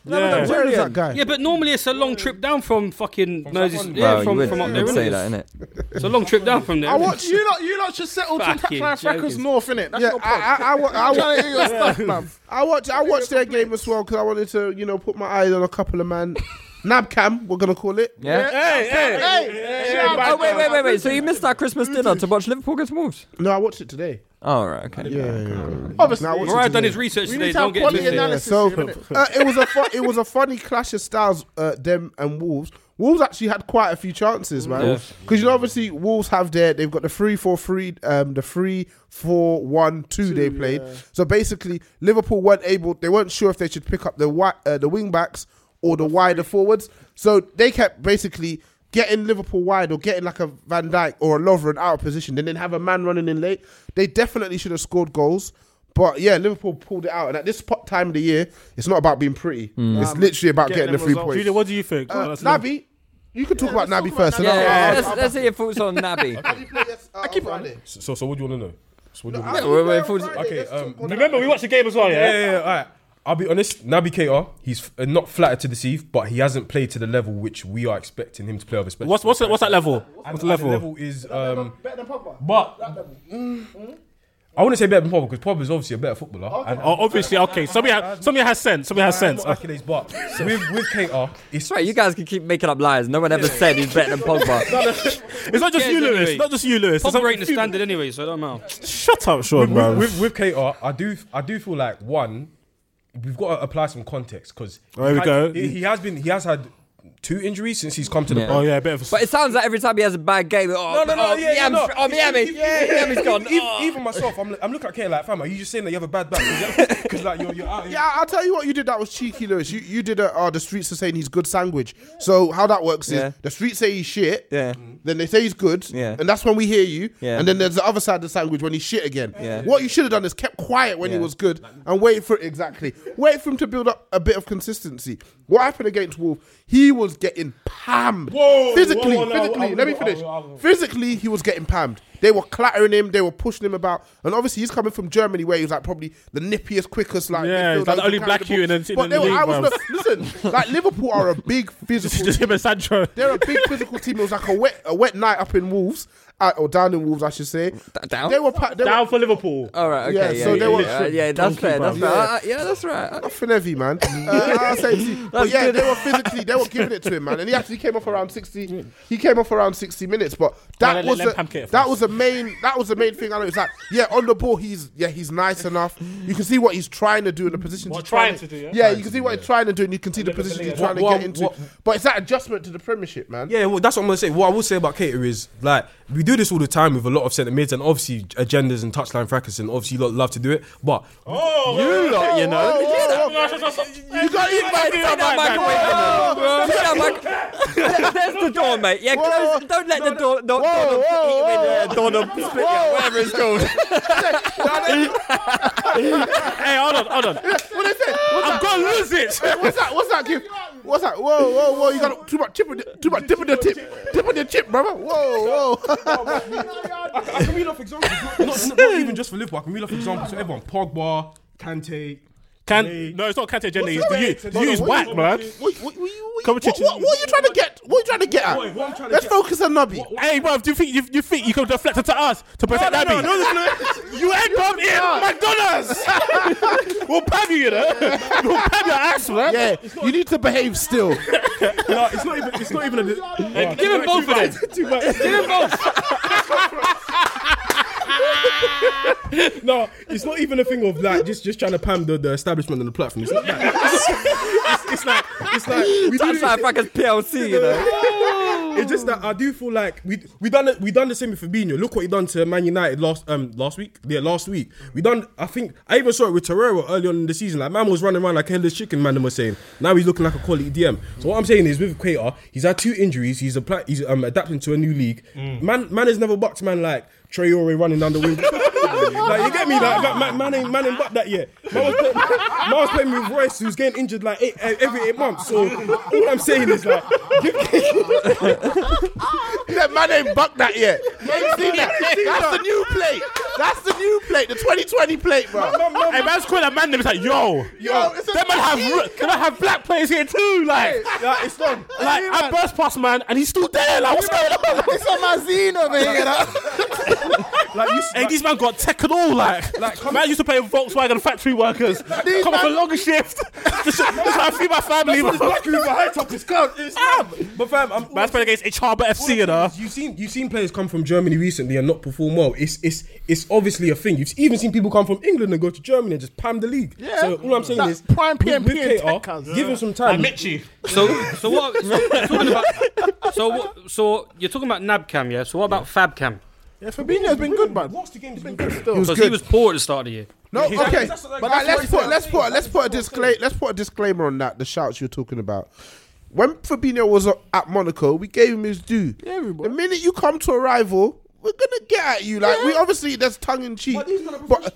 No, we got Yeah. Willian. Yeah, but normally it's a long trip down from fucking Moses. Southampton. Well, Yeah, you from, would- from up you there. would say innit? that, It's a long trip down from there. I innit? watch you lot. You lot should settle to Fucking Touchline Records joking. North, innit? That's yeah, your pod. I, I, I, wa- I, I'm *laughs* trying to wa- *laughs* hear your stuff, man. I watched I watched their game as well because I wanted to you know put my eyes on a couple of man. Nabcam, we're gonna call it. Yeah. Hey, hey, hey, hey, Oh wait, wait, wait, wait. So you missed our Christmas dinner to watch Liverpool get moved? Mm. No, I watched it today. Oh right, okay. Yeah. Obviously, Mariah done his research We today. need Don't get quality twisted. analysis here, innit? uh, it was a fu- it was a funny clash of styles, uh, them and Wolves. Wolves actually had quite a few chances, man. Yeah. Because you know, obviously, Wolves have their they've got the three four three, um, the three four one two they played. So basically, Liverpool weren't able. They weren't sure if they should pick up the wi- uh, the wing backs or the wider forwards. So they kept basically. Getting Liverpool wide or getting like a Van Dijk or a Lovren out of position, then they have a man running in late. They definitely should have scored goals. But yeah, Liverpool pulled it out, and at this po- time of the year, it's not about being pretty. Mm. It's literally about getting, Getting the them three results. points. Julia, what do you think? Uh, Oh, that's Naby, you can talk about Naby first. and Yeah, I'll- yeah, I'll- let's, I'll- let's hear your thoughts on Naby. I keep it. So, so what do you want to know? So what do No, you want to I- know? we're- we're full- okay, um, Remember, we watched the game as well, Yeah, yeah? yeah, yeah, all right. I'll be honest, Naby Keita, he's uh, not flattered to deceive, but he hasn't played to the level which we are expecting him to play. Of expecting. What's what's that, what's that level? And What's the level? The level is um, Better than Pogba. But- That Mm. level. I wouldn't say better than Pogba because Pogba is obviously a better footballer. And- Oh, obviously, okay. Somebody, ha- somebody has sense. Somebody has sense. Accolades, but with with Keita, it's right. You guys can keep making up lies. No one ever said he's better than Pogba. It's not just Yeah, you, Lewis. anyway. Not just you, Lewis. It's Pogba like- ain't the standard anyway, so it don't matter. Shut up, Sean, with, bro. with, with, with KR, I do I do feel like one, we've got to apply some context because There we go. He, he has been he has had two injuries since he's come to the. Yeah. pro. Oh, yeah, bit of a- But it sounds like every time he has a bad game, oh, No, no, no, oh, yeah, yeah, Miami's- no. oh, Miami, Even- even- Miami's even- gone. Oh. Even, Oh. even myself, I'm, I'm looking at K like, fam, are you just saying that you have a bad *laughs* back? Because like you're, you're out here. Yeah, I'll tell you what you did. That was cheeky, Lewis. You you did a. Uh, the streets are saying he's good sandwich. So how that works is Yeah. the streets say he's shit. Yeah. Then they say he's good. Yeah. And that's when we hear you. Yeah. And then there's the other side of the sandwich when he's shit again. Yeah. What you should have done is kept quiet when he Yeah. was good and wait for it exactly. Wait for him to build up a bit of consistency. What happened against Wolf? He was getting pammed. Whoa, physically, whoa, no, physically. I- let me I- finish. I- I- Physically, he was getting pammed. They were clattering him. They were pushing him about. And obviously, he's coming from Germany, where he was like probably the nippiest, quickest. Like Yeah, midfielder he's like who the only can black carry the you ball. in the- in But the they were- I league, was bruv. no- listen, *laughs* like Liverpool are a big physical. *laughs* just him and Sancho. They're a big physical team. It was like a wet, a wet night up in Wolves. Uh, or down in Wolves, I should say. down? They were pa- they Down were, for Liverpool. All right, okay, Yeah, yeah, so yeah, they were yeah, yeah, that's donkey, fair, that's bruv. fair. Yeah. Uh, Yeah, *laughs* that's right. nothing heavy, *laughs* man. Uh, I'll say it to you. But That's yeah, good. they were physically, they were giving it to him, man. And he actually came off around sixty. He came off around sixty minutes, but No, that no, was let- let the- Pam get it that first. was the main that was the main thing. I know it's like yeah, on the ball, he's yeah, he's nice enough. You can see what he's trying to do in the position. What he's trying trying to do, yeah? you can see what he's trying to do, and you can see the position he's trying to What- get into. what- *laughs* But it's that adjustment to the Premiership, man. Yeah, well, that's what I'm gonna say. What I will say about Cater is like we do this all the time with a lot of centre mids and obviously agendas and touchline frackers and obviously you lot love to do it. But *laughs* Oh, you lot, you know, You got eat by Take that microwave. Take that microwave. There's the door, mate. Yeah, close. Don't let the door. Don't, don't, don't, don't, don't split yeah, whatever it's called. *laughs* hey, hold on, hold on. What is it? What's I'm that? gonna lose it. What's that? What's that? Give? What's that? like, whoa, whoa, whoa, you got too much chip, on the- too much dip on your tip, dip on your chip, brother. *laughs* Whoa, whoa. I, I can read off examples. Not, not, not even just for Liverpool. I can read off examples for everyone. Pogba, Kante. Can, no, it's not Kante Jenny. What's You, that? you is What- whack, man. What, what, what, what, what are you trying to get? What are you trying to get Wait, what I'm at? trying to Let's get- focus on Nobby. Hey, bro, do you think you, you think you can deflect it to us to protect no, that no, beat? no, You end up in McDonald's. *laughs* we'll pam you, *laughs* you know. We'll pam your ass, man. Yeah, *laughs* you need to behave *laughs* still. no, it's not even. It's not even. A, *laughs* Hey, give him both of them. Give him both. *laughs* no, it's not even a thing of like just just trying to pam the, the establishment on the platform. It's not that. It's, it's like it's like we do Touchline *laughs* Frackers PLC, you know. it's just that I do feel like we we done it- we done the same with Fabinho. Look what he done to Man United last um last week. Yeah, last week we done. I think I even saw it with Torreira early on in the season. Like man was running around like headless chicken. Man, them was saying now he's looking like a quality DM. So what I'm saying is with Quater, he's had two injuries. He's apply, he's um adapting to a new league. Mm. Hmm. Man, man has never bucked man like Traore running down the wing. *laughs* like you get me? Like man, man, man ain't man ain't bucked that yet. Man was, playing, man was playing with Royce, who's getting injured like eight, eh, every eight months. So all I'm saying is like. *laughs* That man ain't bucked that yet. You ain't seen that. That's the new plate. That's the new plate, the 2020 plate, bro. Hey, man's calling a man name. It's like, yo, Yo, it's a- They might have, ru- they might have black players here too. Like, Yeah, it's done. *laughs* like Yeah, I man. burst past man, and he's still there. Like, what's going *laughs* on? It's a Mazzino, man. You know? Like, you, hey, these man got tech and all. Like, man used to play Volkswagen factory workers. These Come off a man- long *laughs* shift. That's how I feed my family. That's what this bro. black people behind top is clown. It's not- But fam, I'm Ah! Man's playing against HR but FC, you know. You've seen you've seen players come from Germany recently and not perform well. It's it's it's obviously a thing. You've even seen people come from England and go to Germany and just pam the league. Yeah. So all I'm saying That is prime with- with PMP and KR, tech cars. give him some time. Like Mitchie. So, so what? So, talking about, so, what- so you're talking about Nabcam, yeah? So what about Fabcam? Yeah, Fabinho's been good, man. What's the game? He's been good still. Because he was poor at the start of the year. No, Exactly. okay. That's what- But that's what let's he put said. let's put let's That's put a what I'm disclaimer let's put a disclaimer on that. The shouts you're talking about. When Fabinho was at Monaco, we gave him his due. the minute you come to a rival, we're gonna get at you. Like we obviously that's tongue in cheek. But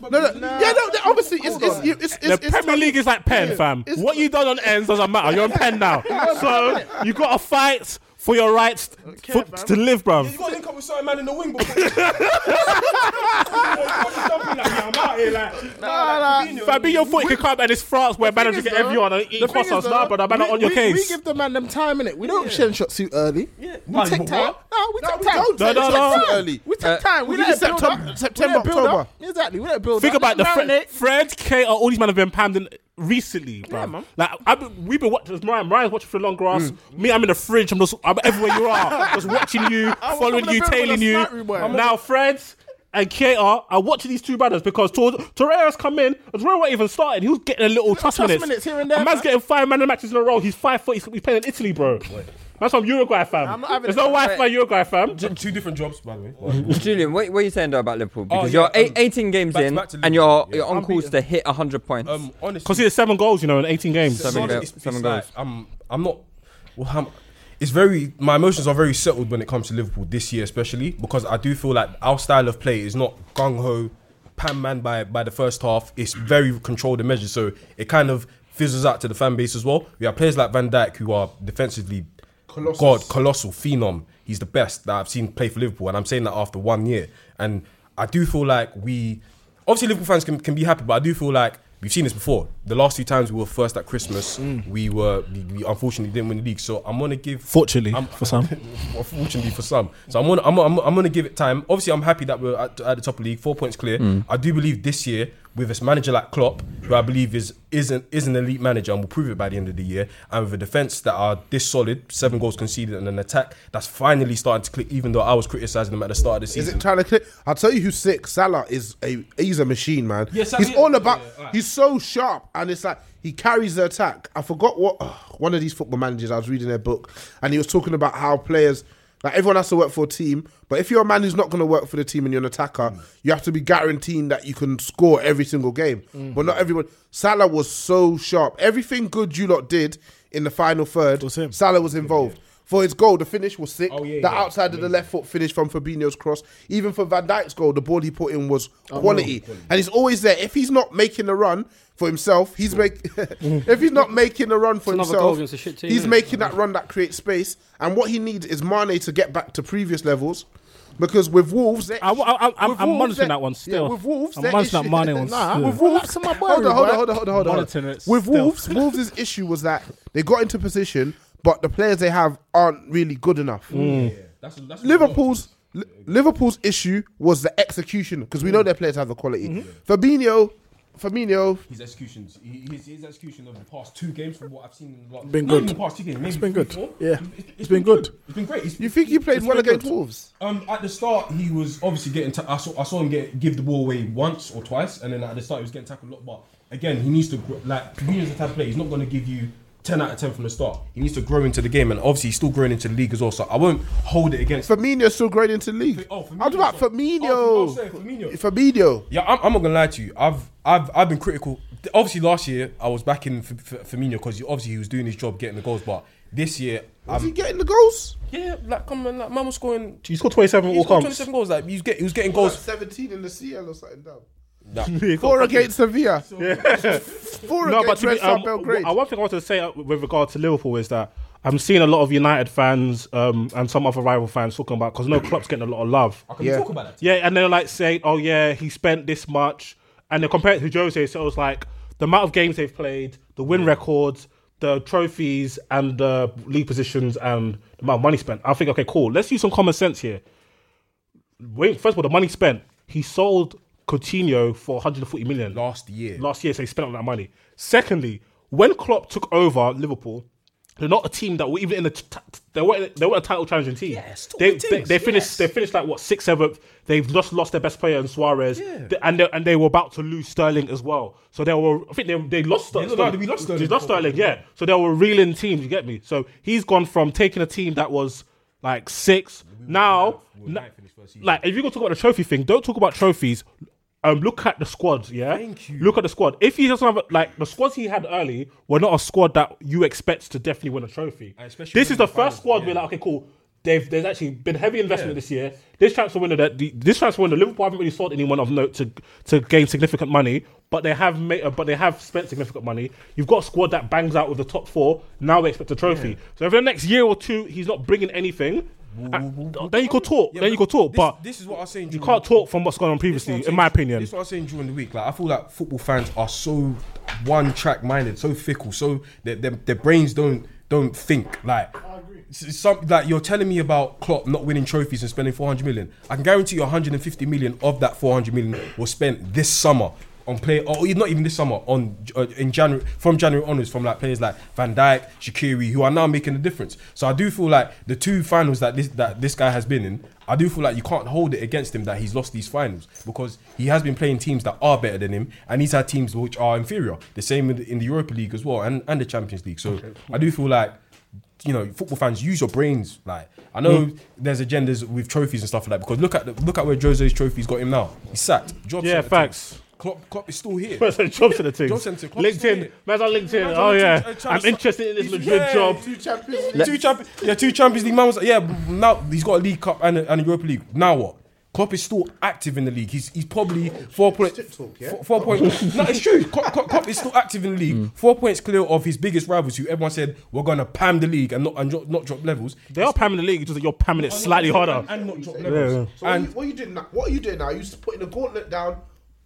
no, no, yeah, no. that- Obviously, it's it's it's, it's, The it's, it's Premier tongue- League is like pen, fam. It's- what you done on ends doesn't matter. You're on *laughs* pen now, so you got to fight for your rights for- to live, bruv. You gotta link up with certain man in the wing before. You *laughs* know, you gotta do something like, yeah, I'm out here, like, nah, like, Fabinho, Fabinho thought he could come and it's France where thing manager is, get though- everyone and the eat thing is, croissants. though, Nah, brother, man, not on your we, We case. give the man them time in it. We don't shin shot suit early. Nah, uh, We take but time. what? No, we take we time. don't No, take no, it no. too early. We take time. We we let it give build Septem- up. September, We let it build October. up. Exactly. We let it build Think up. about the Let it Fred, marinate. Fred, K, or all these men have been pammed in recently, bro. man. like I've been, we've been watching. Ryan, Ryan's watching for the long grass. Mm. Me, I'm in the fridge. I'm just I'm everywhere you *laughs* are, just watching you, was following on the you, bed with a tailing you. sniper, boy. Now Fred and K are are watching these two brothers because Tor- Torreira's come in. and Torreira wasn't even started. He was getting a little trust, trust minutes. minutes here and there, A man's man. getting five man of the matches in a row. He's five foot. He's, he's playing in Italy, bro. That's from Uruguay, fam. I'm not having There's it. no wife by Uruguay, fam. Ju- Two different jobs, by the way. *laughs* Julian, what, what are you saying though about Liverpool? Because yeah, you're eight, um, 18 games back- in back to Liverpool, and you're yeah. you're on course to hit 100 points. Um, honestly, Because he has seven goals, you know, in 18 games. Seven It's- go- it's- seven it's goals. like, um, I'm, I'm not. Well, I'm, it's very. My emotions are very settled when it comes to Liverpool this year, especially because I do feel like our style of play is not gung ho, pan man by by the first half. It's very controlled and measured, so it kind of fizzles out to the fan base as well. We have players like Van Dijk who are defensively Colossus. god colossal phenom. He's the best that I've seen play for Liverpool, and I'm saying that after one year. And I do feel like we, obviously, Liverpool fans can, can be happy, but I do feel like we've seen this before. The last two times we were first at Christmas, we were we, we unfortunately didn't win the league. So I'm gonna give Fortunately, I'm- *laughs* for some. unfortunately for some. So I'm gonna I'm, I'm, I'm gonna give it time. Obviously, I'm happy that we're at, at the top of the league, four points clear. I do believe this year with this manager like Klopp, who I believe is is an, is an elite manager and will prove it by the end of the year, and with a defense that are this solid, seven goals conceded, and an attack that's finally starting to click. Even though I was criticizing them at the start of the Is season, it trying to click? I'll tell you who's sick. Salah is a he's a machine, man. Yeah, Salah- he's yeah, all yeah, about. yeah, alright. He's so sharp, and it's like he carries the attack. I forgot what one of these football managers. I was reading their book, and he was talking about how players. Like everyone has to work for a team, but if you're a man who's not going to work for the team and you're an attacker, you have to be guaranteeing that you can score every single game. But not everyone. Salah was so sharp. Everything good you lot did in the final third, Salah was involved. for his goal, the finish was sick. yeah, the yeah. outside of the left foot finish from Fabinho's cross. Even for Van Dijk's goal, the ball he put in was Oh, quality. no, quality. And he's always there. If he's not making the run for himself, he's make. *laughs* if he's not making the run for It's another goal himself, against a shit team, he's innit? making that run that creates space. And what he needs is Mane to get back to previous levels. Because with Wolves, I, I'm- I'm monitoring that one still. with Wolves, I'm their monitoring issue- *laughs* that Mane one Nah, still. with Wolves, Relax on my boy, hold on, hold on, bruv. hold on, hold on, hold on. Monitoring it With still. Wolves, Wolves' *laughs* issue was that they got into position, but the players they have aren't really good enough. Mm. Yeah, that's- that's- Liverpool's Li- Liverpool's issue was the execution because we know their players have the quality. Mm-hmm. Fabinho, Fabinho, His executions, he- his, his execution over the past two games, from what I've seen, like, Been not good. even the past two games, It's maybe been good. three, four. Yeah. It- It's been good. It's been great. It's- You think he played it's well been against good. Wolves? Um, at the start, he was obviously getting. Ta- I saw I saw him get give the ball away once or twice, and then at the start he was getting tackled a lot. But again, he needs to gr- like Fabinho's the type of player. He's not going to give you ten out of ten from the start. He needs to grow into the game, and obviously he's still growing into the league as well. So I won't hold it against. Firmino's still growing into the league. Oh, How about Firmino? Oh, Firmino, Firmino. Fabinho. Yeah, I'm, I'm not gonna lie to you. I've I've I've been critical. Obviously, last year I was backing F- F- Firmino because obviously he was doing his job, getting the goals. But this year, Was I'm- he getting the goals? Um, Yeah, like come on, like man was scoring. He scored 27 He all scored comps. 27 goals. Like he was, get, he was getting He was goals. *laughs* like 17 in the CL or something. Down. Nah. Four against *laughs* Sevilla. Four no, against but to be, Red um, Star Belgrade. w- one thing I want to say uh, with regard to Liverpool is that I'm seeing a lot of United fans um, and some other rival fans talking about because no Klopp's getting a lot of love. can we Yeah. talk about that? Yeah, and they're like saying, "Oh yeah, he spent this much," and they compare it to Jose. So it's like the amount of games they've played, the win records, the trophies, and the league positions, and the amount of money spent. I think okay, cool. Let's use some common sense here. Wait, first of all, the money spent. He sold Coutinho for 140 million last year. Last year, so he spent all that money. Secondly, when Klopp took over Liverpool, they're not a team that were even in the t- t- they weren't they weren't a title challenging team. they, they they finished they finished like what sixth seventh. They've just lost their best player in Suarez, They- and they, and they were about to lose Sterling as well. So they were I think they, they lost They Sterling. lost- we lost Sterling. They lost Sterling, yeah. So they were reeling teams. You get me? So he's gone from taking a team that was like six now. na- like if you go talk about the trophy thing, don't talk about trophies. Um, look at the squad, yeah. Thank you. Look at the squad. If he doesn't have a- like the squads he had early were not a squad that you expect to definitely win a trophy. especially This when is the in the finals, first squad we're like, okay, cool. They've, there's actually been heavy investment this year. This transfer window that the, this transfer window, Liverpool haven't really sold anyone of note to to gain significant money, but they have made, uh, but they have spent significant money. You've got a squad that bangs out with the top four. Now they expect a trophy. So over the next year or two, he's not bringing anything. Uh, then you could talk. then you could talk. but this is what I was saying. you during- can't talk from what's going on previously, in my opinion. This is what I was saying during the week. Like I feel like football fans are so one track minded, so fickle, so their, their, their brains don't don't think. Like s- some like you're telling me about Klopp not winning trophies and spending 400 million. I can guarantee you 150 million of that 400 million was spent this summer. On play, or not even this summer, on uh, in January, from January onwards, from like players like Van Dijk, Shakiri, who are now making a difference. So I do feel like the two finals that this that this guy has been in, I do feel like you can't hold it against him that he's lost these finals because he has been playing teams that are better than him, and he's had teams which are inferior. The same in the, in the Europa League as well, and, and the Champions League. So I do feel like you know football fans use your brains. Like I know Mm. there's agendas with trophies and stuff like that because look at the, look at where Jose's trophies got him now. He's sacked. Job's Yeah, at the facts. team. Klopp, Klopp is still here. Where's the jobs in *laughs* the team? Job centre, Klopp's still LinkedIn. here. Man's on LinkedIn. Man's Oh on yeah. LinkedIn, trying I'm to- interested in this He's- Madrid yeah, job. Two Champions League. Two champ- yeah, two Champions League. Man was like, yeah, now he's got a League Cup and a, and a Europa League. Now what? Klopp is still active in the league. He's he's probably four point four, four point. *laughs* no, it's true. Klopp, Klopp, Klopp is still active in the league. Mm. Four points clear of his biggest rivals, who everyone said we're gonna pam the league and not and dro- not drop levels. They are pamming the league, just that you're pamming it slightly harder. And not drop Yeah. levels. So what, you, what you doing now? What are you doing now? You're just putting the gauntlet down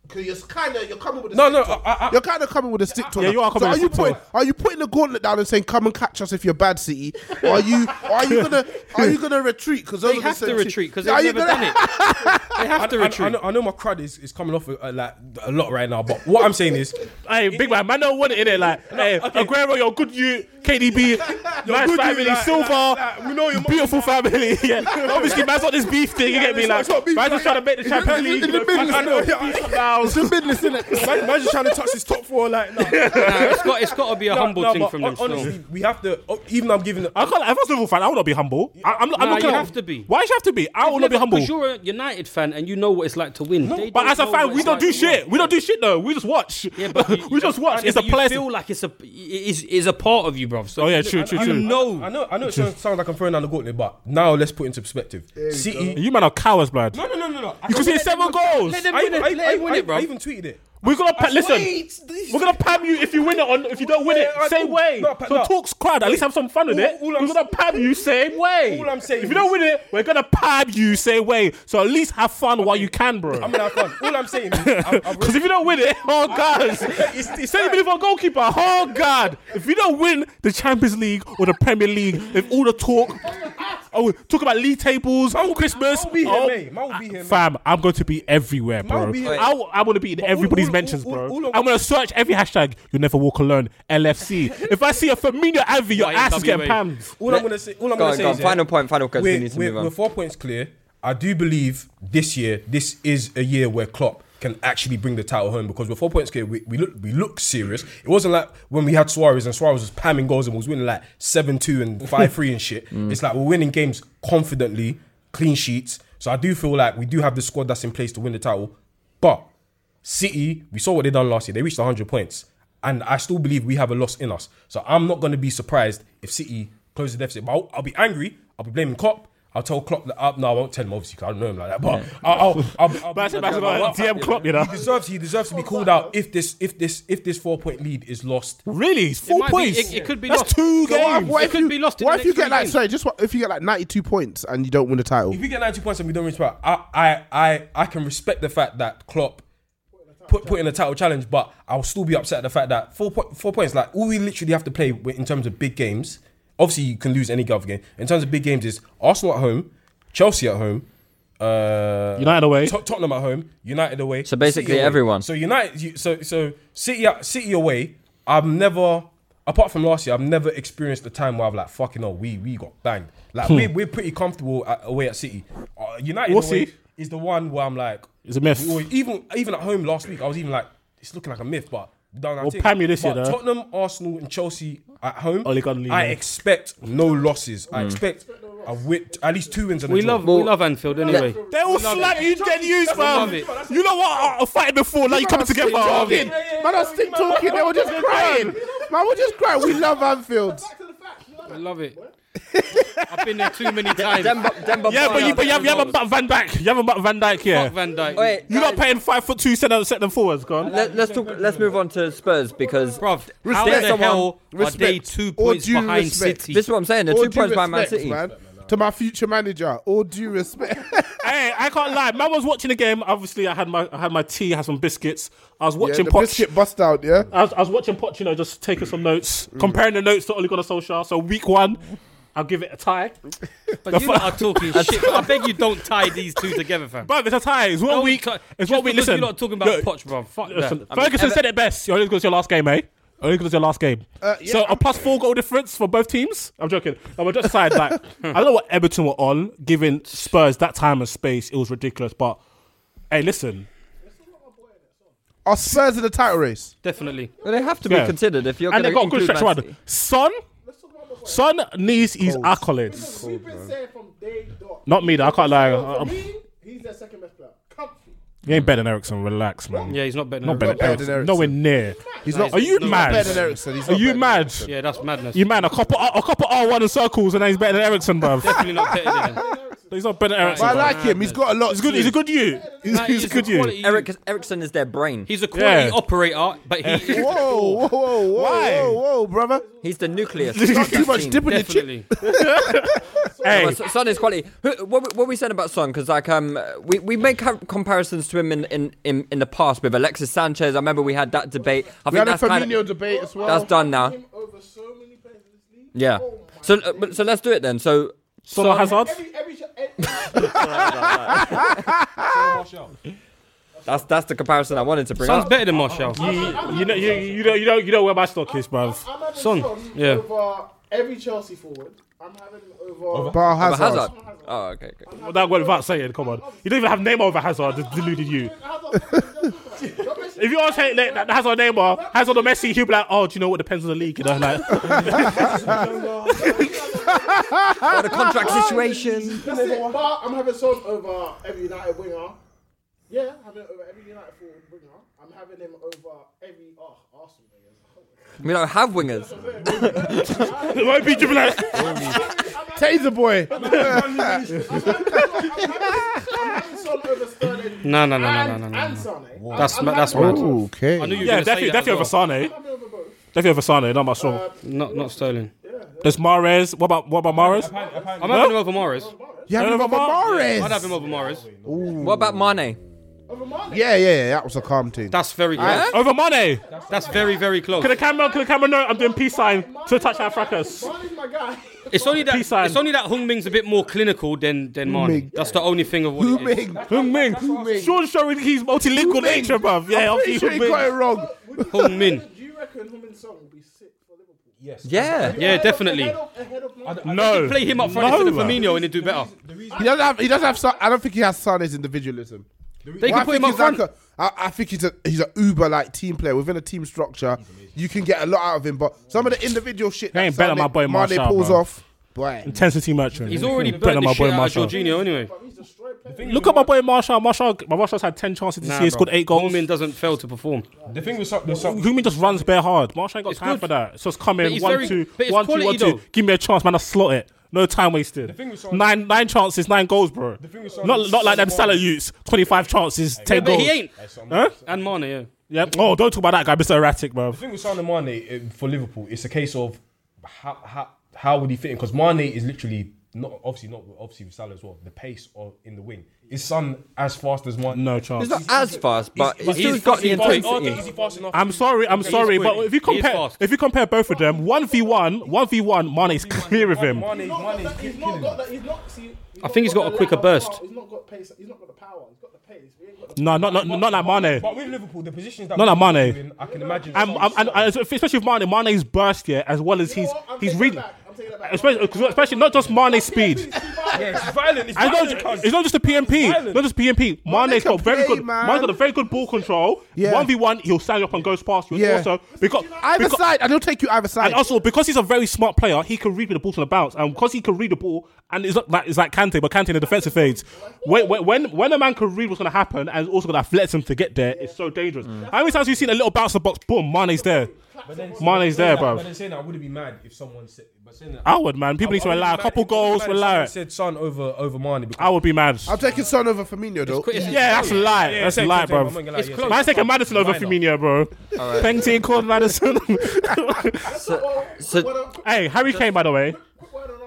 because you're kind of you're coming with a No, stick no, uh, to- I- I- you're kind of coming with a stick to Yeah, it. you are coming So with are a you stick to putting are you putting the gauntlet down and saying come and catch us if you're bad city? Or are you are you gonna are you gonna retreat because They have to retreat because they've never done it. They have to I- I- I, retreat. know, I know my crud is, is coming off uh, like a lot right now, but what I'm saying is, hey, big man, man, don't want it in there. Like, hey, Aguero, your good you, *laughs* KDB, nice good family, you, like- Silver, like- like, we know your *laughs* beautiful family. *laughs* yeah, obviously, man's not this beef thing. You get me? it's not- it's not Like, beef, man's just like, trying to make the it's Champions in the- League. in you the know, business, I know, innit? yeah, yeah. It's the business, *laughs* innit? Man- man's just trying to touch his top four, like. Nah. it's got- it's got to be a humble thing but from hon- them Honestly, still. we have to. oh, Even I'm giving. I can't. If I was a Liverpool fan, I would not be humble. I, I'm, not- I'm Nah, not you gonna- have to be. Why do you have to be? I will not be humble. Because you're a United fan and you know what it's like to win. They But don't as a know fan, what we it's don't like do to win. shit. We don't do shit though. We just watch. *laughs* Yeah, but you- we just watch. Yeah, It's a but you place. feel like it's a it's, it's a part of you bro. Oh, yeah, true, true, true. No, I know, I know. It sounds, sounds like I'm throwing down the gauntlet, but now let's put it into perspective. you City, go. you man are cowards, blood. No, no, no, no, no. You can see Let them seven win it. goals. Let them I win even- it. Let I- them win I- it, bro. I even tweeted it. We're gonna pa- I- listen. Wait, We're gonna pam you if you win it on if you don't win it. Yeah, I- same all- way. no, pa- so no. talks crowd. At least have some fun with All- it. all we're gonna pam you same *laughs* way. All I'm saying If you don't win it, we're gonna pam you same way. So at least have fun while you can, bro. I'm gonna have *laughs* fun. All I'm saying is, I'm, I'm Because if you don't win it, oh *laughs* guys, It's- it's seventy million for a goalkeeper. Oh god, if you don't win the Champions League or the Premier League, if all the talk, oh talk about league tables, Christmas, I'll be here, oh, mate. Man will be here, fam, I'm going to be everywhere, Man bro. will be here. I, I want to be in everybody's mentions, bro. I'm going to search every hashtag. You'll never walk alone. *laughs* LFC. if I see a Firmino Avi, your ass is getting pammed. All I'm gonna say. All I'm Go gonna on, say go on. is yeah, Final point, final, 'cause we we're- need to we're- move on. We're four points clear. I do believe this year, this is a year where Klopp can actually bring the title home because we're four points clear. We, we look we look serious. It wasn't like when we had Suarez and Suarez was pamming goals and was winning like seven two *laughs* and five three and shit. Mm. It's like we're winning games confidently, clean sheets. So I do feel like we do have the squad that's in place to win the title, but City, we saw what they done last year. They reached 100 points. And I still believe we have a loss in us. So I'm not going to be surprised if City close the deficit. But I'll, I'll be angry. I'll be blaming Klopp. I'll tell Klopp that up. No, I won't tell him, obviously, because I don't know him like that. But I'll, I'll, I'll, I'll, That's- that's about DM Klopp, you know. He deserves, he deserves to be called out if this if this if this four point lead is lost. Really? It's four points? That's two So what- games. what if you- What if you get like games? sorry, just what if you get like ninety two points and you don't win the title? If we get 90 points and we don't reach back, I, I, I, I can respect the fact that Klopp put, put in a title challenge, but I'll still be upset at the fact that four, po- four points, like all we literally have to play with in terms of big games, obviously you can lose any other game. In terms of big games, is Arsenal at home, Chelsea at home, uh, United away. Tot- Tottenham at home, United away. So basically City away. everyone. So United, you- so so City, at- City away. I've never, apart from last year, I've never experienced a time where I've like fucking oh we we got banged. Like Hmm. we're, we're pretty comfortable at, away at City. Uh, United We'll away see. is the one where I'm like It's a myth. we always- even even at home last week, I was even like it's looking like a myth, but. Down Well, pam you this year, though. Oh, Tottenham, Arsenal, and Chelsea at home. Ole Gunnar I Lee. expect no losses. I Mm. expect a win, at least two wins. And a We draw. love- we Well, love Anfield anyway. They will We love slap it. you dead use, That's fam. love it. You know what? I, I fighted before. Now you coming together. talking. Man, I stick talking. They were just crying. Man, we're just crying. We love Anfield. I love it. I've been there too many times. yeah, but you, but you have, you have about Van Dyke. You have about Van Dyke here. Fuck Van Dijk. Wait, you not paying five foot two centre set them forwards. Go on. Let, let's talk, let's move on to Spurs because Bruv, how there's the someone- hell are they two points due behind respect. City? This is what I'm saying. They're All two due points behind Man respect, City. To my future manager, all due respect. hey, I can't lie. Man was watching the game. Obviously, I had my I had my tea, had some biscuits. I was watching the Poch. biscuit bust out, yeah. I was, I was watching Poch, you know, just taking some notes, Mm. comparing the notes to Ole Gunnar Solskjaer. So week one, I'll give it a tie. But The you fu- *laughs* lot are talking shit. I beg you, don't tie these two together, fam. Bruv, it's a tie. It's one Don't week. cut- just It's one week. because Listen, you're not talking about Poch, bruv. Fuck that. I mean, Ferguson ever- said it best. You're only going to your last game, eh? Only because your last game. Uh, yeah, so a plus four goal difference for both teams. I'm joking. I was just side *laughs* like I don't know what Everton were on, giving Spurs that time and space. It was ridiculous. But hey, listen, Are Spurs in the title race? Definitely. Well, they have to Yeah. be considered if you're and going they to got a good include stretch Man run. City. Son, son needs his accolades. Not me though. I can't lie. I- I'm- He's their second best player. He ain't better than Ericsson. Relax, man. Yeah, he's not better than not better Eriksen. than Ericsson. Nowhere near. He's Are not- you no, he's mad? better than Eriksen. He's Are not you better than mad? Yeah, that's madness. You man, a couple, a couple R one in circles, and then he's better than Ericsson, bruv. Definitely not *laughs* better than him. *laughs* He's not better than Right. Ericsson. But I like him. He's got a lot. He's good. He's a good you. He's, Nah, he's, he's a good a you. quality- Eric, Ericsson is their brain. He's a quality Yeah. operator, but *laughs* he. Whoa, whoa, whoa, Why? whoa, whoa, brother. He's the nucleus. Not *laughs* too much dip in your chip. Definitely. *laughs* Hey. Son is quality. Who, what, we- what we said about Son, because like um, we, we make com- comparisons to him in, in, in, in the past with Alexis Sanchez. I remember we had that debate. I we had a that's kinda- Firmino debate as well. that's *laughs* done now. Yeah. So uh, but- so let's do it then. So Son Hazard. *laughs* That's that's the comparison I wanted to bring Son's up. better than Martial. You, you know, you, you know, you know, you know where my stock is, bruv. Son. Yeah. Over every Chelsea forward, I'm having him over. Bar Over Hazard. Oh, okay. okay. That went without saying. Come on, you don't even have Neymar over Hazard. Just deluded *laughs* you. if you are saying that, that Hazard Neymar, Hazard or Messi, he'll be like, oh, do you know what? Depends on the league. You know, like What a contract situation. That's it. But I'm having Son over every United winger. Yeah, having it over every United forward winger. I'm I'm having him over every oh, Arsenal player as a whole. We don't have wingers. *laughs* It might be *laughs* Jubilee. Taser boy. No, no, no, no, no, no, no. And no. Sane. *laughs* That's ma- that's mad. Okay. I knew you were yeah, gonna say that definitely, definitely as over Sane. Definitely over Sane. Not my strong. Uh, not not Sterling. There's Mares. What about what about Mares? I'm having him over Morris. You having him over Mahrez? I'd have him over Morris. What about Mane? Yeah, yeah, yeah. That was a calm thing. That's very close. Huh? Over Mane. That's very very close. Can the camera? Can the camera know I'm doing peace sign to touchdown fracas? It's only that it's only that Hung Ming's a bit more clinical than than Marnie. That's the only thing of what it is. Hung Ming. Sean showing he's multilingual nature, bruv. Yeah, I'm pretty sure he obviously Hung Ming. got it wrong. Hung Min. Do you reckon Humming Song will be sick for Liverpool? Yes. Yeah. Yeah, definitely. No. play him up front instead of No. Firmino and he'd do better. He doesn't have. He doesn't have. Sa- I don't think he has Sane's individualism. They Well, can put him I up think he's front. like a- I- I think he's a he's an uber like team player within a team structure. You can get a lot out of him, but some of the individual shit. He that ain't better than my Sané- boy Mane Martial, pulls bro. off. Boy. Intensity merchant. He's already Better burnt than the my boy shit out Martial. of Jorginho anyway. Look at my boy Marshall. Marshall. Marshall's had ten chances this Nah, year. He's bro. scored eight goals. Hung Min doesn't fail to perform. The thing with some, Humi just runs bare hard. Marshall ain't got time good. for that. It's just But coming he's one, very- two, but it's one, two, quality one, though. two. Give me a chance, man. I slot it. No time wasted. Nine, nine chances, nine goals, bro. Not, not like them Salah youths. Twenty-five chances, ten but goals. he ain't. Huh? And Mane, yeah. Yeah. Oh, don't talk about that guy. Mr. Erratic, bro. The thing with Salah Mane um, for Liverpool, it's a case of how how, how would he fit in? Because Mane is literally not obviously not obviously with Salah as well. The pace of in the wing. His son as fast as Mane. No chance. He's not as fast, but he's, still got the Is he intensity. fast enough? I'm sorry, I'm He's sorry, quick. but if you He is compare fast. if you compare both of them, one v one, one v one, Mane's clear of him. Mane, Mane is He's not got that. He's not. See, he's I not think he's got that a quicker lack of burst. power, He's not got pace. He's not got the power. He's got the pace. We ain't got the No, not not not like Mane. But with Liverpool, the positions that Not like we're Mane. doing, I can imagine. I'm, I'm, and, and especially with Mane, Mane's burst yeah, as well as he's he's really, especially, 'cause especially not just Mane's speed. *laughs* yeah, it's violent. It's And violent. it's not, cuz. it's not just the PMP, Violent. not just PMP. Mane's got very play, good. man. Mane's got a very good ball control. Yeah. One v one, he'll stand you up and goes past you. And Yeah. Also, because Either because- side, and he'll take you either side. And also, because he's a very smart player, he can read with the ball to the bounce, and because he can read the ball, and it's not like it's like Kante, but Kante in the defensive phase. When when- when when a man can read what's going to happen, and also going to flex him to get there, it's so dangerous. How many times have you seen a little bounce the box? Boom, Mane's there. Mane's there, bro. bro. But then saying that, I wouldn't be mad if someone said. But saying that, I would, man. I- People need I to wouldn't be allow a mad couple if someone goals, allow it. Said Son over over Mane. because- I would be mad. I'm taking Son over Firmino though. Yeah, that's a lie. Yeah, that's a same, lie, same, bro. I'm not gonna lie, yeah, Man's same. taking Madison over Minor. Firmino, bro. Alright. Pengti and called Madison. hey, Harry Kane, by the way.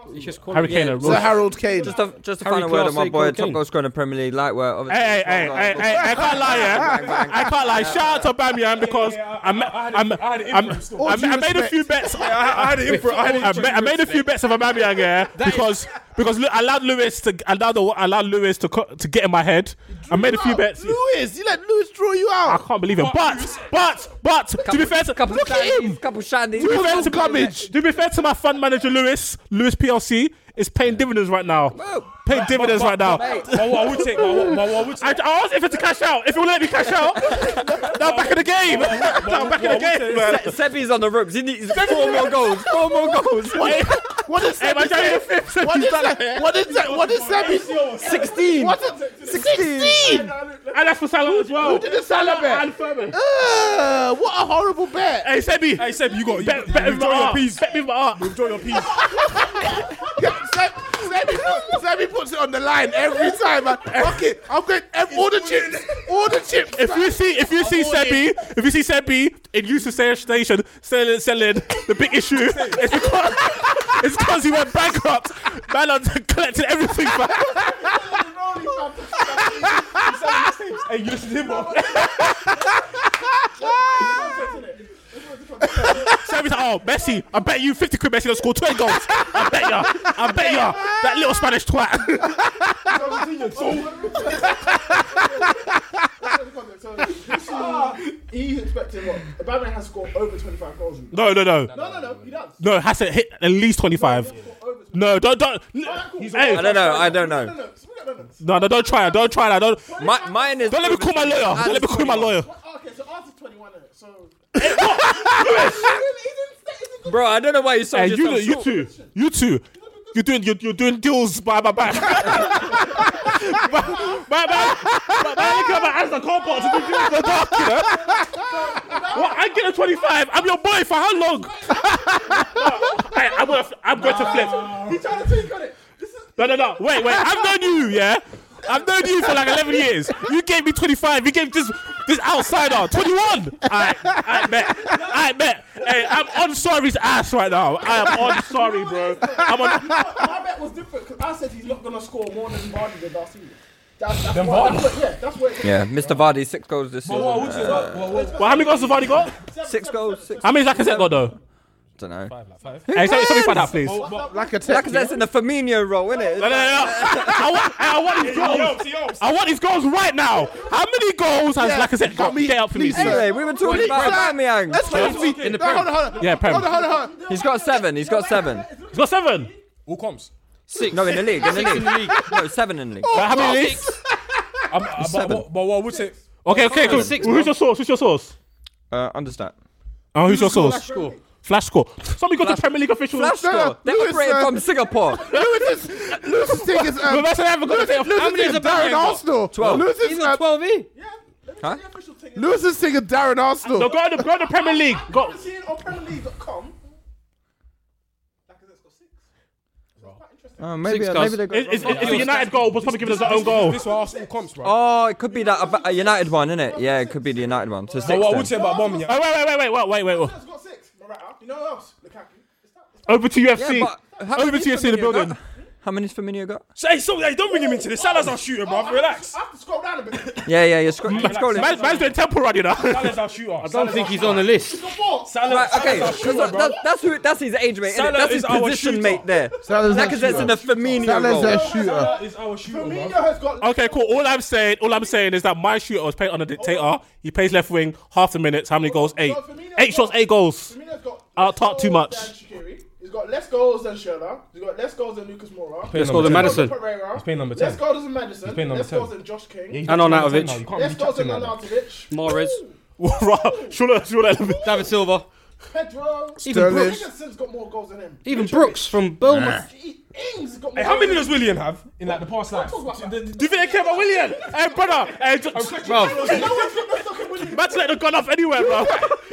It's just Harry Kane, a real- Just a, just a Harry final word on my Classic, boy, Harry top Kane. goal scorer in the Premier League, lightweight. obviously. Hey, hey, hey, hey, hey, I can't lie, *laughs* yeah. I can't lie. Shout out to Bamian because I'm, I'm, I'm, All I'm- due I made a few bets. Yeah, I- I had it in for- I had it in I for ma- I made a few respect. bets of Bamian, yeah, because because look, I allowed Lewis to allowed the, allowed Lewis to co- to get in my head. I made a few bets. Lewis, you let Lewis draw you out. I can't believe him. But but but to be fair, to, look at him. Couple shandies. To be, fair to, to be fair to my fund manager Lewis, Lewis PLC is paying dividends right now. Paying But- dividends but- right now. but- but what I would take- but what- but what I would take- I, I asked if it's to cash out. If it will let me *laughs* cash out, now back in the game. But- but- Now back in the but- *laughs* but- game, man. Se- Sebi's on the ropes. He needs four more goals. Four more goals. What is Hey, man, Sebi say? January the fifth, What Sebi's is done Se- What is Se- What is Sebi? 16. What is 16? And that's for Salah as well. Who did the Salah bet? And Firmino. Ah. Uh, what a horrible bet. Hey Sebi, hey Seb, you got you bet, bet with my withdraw your heart. piece. Bet with my heart. Withdraw your piece. Seb- Sebi, put- Sebi puts it on the line every time, man. Fuck it. I'm going ev- all the chips. All the chips. If man. you see, if you see Sebi, if you see Sebi in Euston Sa- Station selling, selling, the big issue is because it's because he went bankrupt. Man, I collected everything back. Hey, you listen to him, bro. *laughs* Sebi's like, oh, Messi, I bet you 50 quid Messi done scored 20 goals. I bet ya, I bet ya, that little Spanish twat. *laughs* He's expecting what? Batman has scored over 25 goals. No, no, no. No, no, no. He does. No, has to hit at least 25. No, don't, don't. Hey, I don't know. I don't know. No, no, don't try it. Don't try that. Don't. My, mine is. Don't let me call my lawyer. Don't let me call my lawyer. Okay, so after 21 innit? So. Bro, I don't know why you so Hey, you, you two, you two, you're doing you're, you're doing deals by my back. *laughs* my my my my look at my ass the compound to do deals in the dark. *laughs* You know? well, I get a 25. I'm your boy for how *laughs* long? I, I'm gonna I'm going to flip. He tried to take on it. No, no, no. Wait, wait. I've known you, yeah. I've known you for like 11 years. You gave me 25. You gave this this outsider 21. I, I bet. I bet. Hey, I'm on sorry's ass right now. I am on sorry, *laughs* bro. I'm *laughs* on. My bet was different because I said he's not going to score more than Vardy did last season. That's, that's, Than why, Vardy? that's what, yeah, that's what it Yeah, Mr. Vardy, six goals this But season. Uh, what- which is what- what- what- Well, how many goals has Vardy got? Six goals. Six How many Lacazette got though? Don't know. Five, five. Hey, somebody, somebody find out, please. Lacazette's in the Firmino role, innit? No, no, no. I want, I want his goals. I want his goals right now. Oh, How many goals has Yeah, Lacazette got? Get out for me, please, sir. Anyway, we were talking Please, sir. about Aubameyang. Let's Sure. please be- In the No, hold Prem. on, hold on. Yeah, Prem. Hold on, hold on, hold He's got seven. He's got seven. He's got seven. All comps. Six. No, in the league. In the Six league. in the league. No, seven in the league. How many leagues? I'm, I'm, but, but, but what I would say. Okay, okay, cool. Who's your source? Who's your source? Uh, understat. Oh, who's your source? Flash score. Flash score. Somebody got the Premier League official. Flash score. They operated from uh, *laughs* Singapore. Lewis Lewis is taking. Well, *laughs* that's an advocate. Lewis is taking Darren Arsenal. Twelve. Lewis is uh, twelve. E. Huh? Lewis is taking Darren Arsenal. No, go to go to Premier League. Go. is. Seeing on PremierLeague.com, Oh, maybe, Six goals. maybe they got. It's- it's- it's uh, the United goal, but probably given us our own goal. This was Arsenal comps, right? Oh, it could be that a, a United one, innit? Yeah, it could be the United one. So six. But what I then. would say about Aubameyang. Wait, wait, wait, wait, wait, wait, wait, wait. you know what else? Lukaku. Over to UFC. Yeah, but how Over many's to UFC in the Firmino got? building. How many's Firmino got? Say, so, hey, don't bring him into this. Salah's our shooter, bro. *laughs* Relax. Yeah, yeah, you're scrolling. You're scrolling. Man's man's doing temple run, you know. Salah's our shooter. I don't think he's on the list. Salah, Right, okay, Salah's our shooter, that's- bro. that's- that's who. That's his age mate. innit? Salah That's is his our position shooter. mate there. Salah's our Lacazette's in a Firmino Salah's role. our shooter. Salah is our shooter, bro. has got. Okay, cool. All I'm saying, all I'm saying is that my shooter was played on a dictator. He plays left wing, half the minutes. How many goals? Eight. Eight shots, eight goals. Firmino's got. I'll talk too much. Than Shaqiri. He's got less goals than Schürrle. He's got less goals than Lucas Moura. Less goals than Less Madison. goals than Pereira. He's playing number Less 10. goals than Madison. He's playing number less goals 10. than Josh King. Yeah, he's And playing Arnautovic. number 10 now. You can't less really goals chat to than him like that. Mahrez. Arnautovic. *laughs* Shula, Shula. David Silva. Pedro. Even Brooks. Dickinson's got more goals than him. Even Brooks from Bournemouth. Ings got more Hey, how many goals does William have in like the past like? Do you think they care about William? Hey, brother. Hey, ju- Bro, *laughs* than him. No one's got the fucking Willian. man's let the gun off anywhere, bro.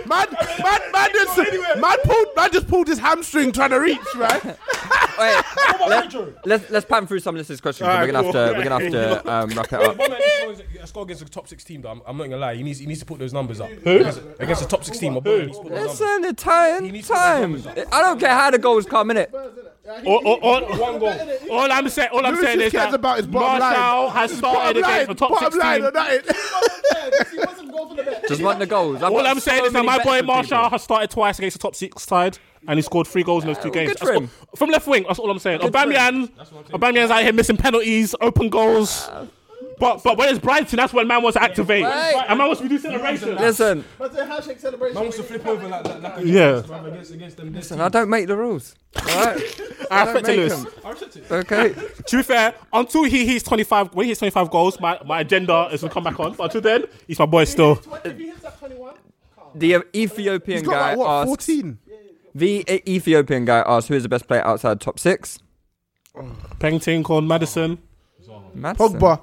Man, man, man, just, man, pulled, man just pulled his hamstring trying to reach, right? Wait, let, Pedro? let's let's pan through some of this questions. 'cause Alright, we're gonna have cool. to we're gonna *laughs* have to um, wrap it If up. Bono needs to score- score against a top six team, though, I'm, I'm not gonna lie. He needs he needs to put those numbers up. Who? Against, against a top six team, Bono needs to put those numbers. Listen, the time, time. I don't care how the goals come in it. All, all, all, One goal. all I'm saying, all I'm Lewis saying just is that cares about his bottom Marshall line. has His started bottom against line, the top bottom six line, team. or nothing. He wasn't goal for the bet. Just want the goals. I've All got I'm so saying is that many my bets boy with Marshall people. has started twice against the top six side, and he scored three goals in those two games. good for That's him. all- From left wing, that's all I'm saying. Aubameyang, Aubameyang's out here missing penalties, open goals. But but when it's Brighton, that's when man wants to activate. Right. And man wants to do celebration. Listen, That's a handshake celebration. Man wants to flip over like like, like a Yeah. man, against against them. This listen. I don't make the rules. All right. *laughs* I respect it, Lewis. Okay. *laughs* To be fair, until he hits 25, when he hits 25 goals, my, my agenda is gonna come back on. But until then, he's my boy still. If he hits that 21, The Ethiopian He's got guy like what, asked. fourteen? The uh, Ethiopian guy asked, "Who is the best player outside top six? Pengting called Madison. Madison. Pogba.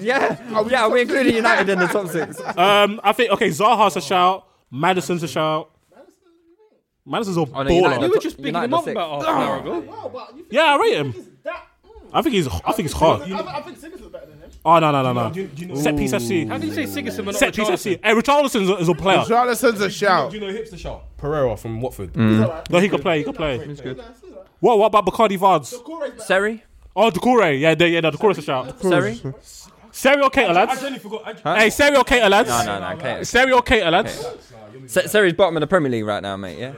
Yeah, yeah, we're including United in the top six. Um, I think okay, Zaha's a shout. Madison's a shout. Madison's a Oh, Oh, no, United baller. Ah! are we were just picking United him are up six. about half an Ah! hour mm. ago. Yeah, I rate him. that. I think he's. I think he's hard. I, I think Sigurdsson's better than him. Oh no no no no. Set piece How FC. did you say Sigerson and Set piece FC. Hey, Richarlison is a- is a player. Charleston's a shout. Do you know hipster shot? Pereira from Watford. Mm. No, he can play. He can play. What what about Bacardi Vards? Seri, Oh, Decore. Yeah, they, yeah, no, Decore's a shout. Seri. Serial Cater I lads. genuinely forgot. I, Huh? Hey, Serial Cater lads. No, no, no. Okay. Serial Cater lads. Se- Seri's bottom of the Premier League right now, mate. Yeah.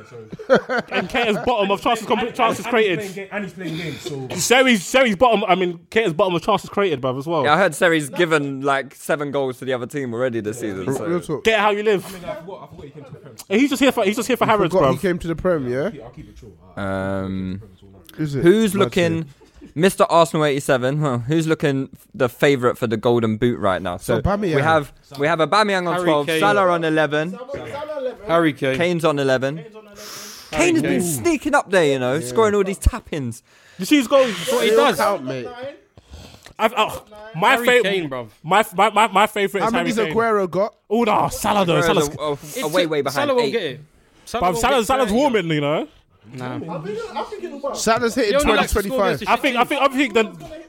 And Cater's bottom of chances com- chances And he's created. playing, ga- and he's playing games, so Seri's Seri's bottom. I mean, Cater's bottom of chances created, bruv, as well. Yeah, I heard Seri's given like seven goals to the other team already this season. Real So. talk. Get how you live. I forgot. I forgot he came to the Prem. Hey, He's just here for. He's just here for Harrods, Forgot he bruv. came to the Prem, yeah? I'll keep it true. Um, Is it? who's My looking, team. Mr. Arsenal eighty-seven? Huh, who's looking f- the favourite for the Golden Boot right now? So Aubameyang. we have we have Aubameyang on Harry twelve, Kane. Salah on eleven, Salah- Salah 11, Harry Kane. Kane's on eleven. Kane has been Kane. sneaking up there, you know, scoring all these tap-ins. You see his goals? That's what he They all does. count, mate. I've, oh, my Harry favorite, Kane, bruv. My, my my my favorite How is Harry many's Kane. Aguero got? Oh no, Salah though. Aguero's Salah's, a- a- a oh, way, way behind, Salah won't eight. get it. Salah, Bruv, Salah won't Salah's, get Salah's thirty. warming, you know. Salah's hitting He only likes to 20, score against the 25. I think. *laughs* I think. I think the.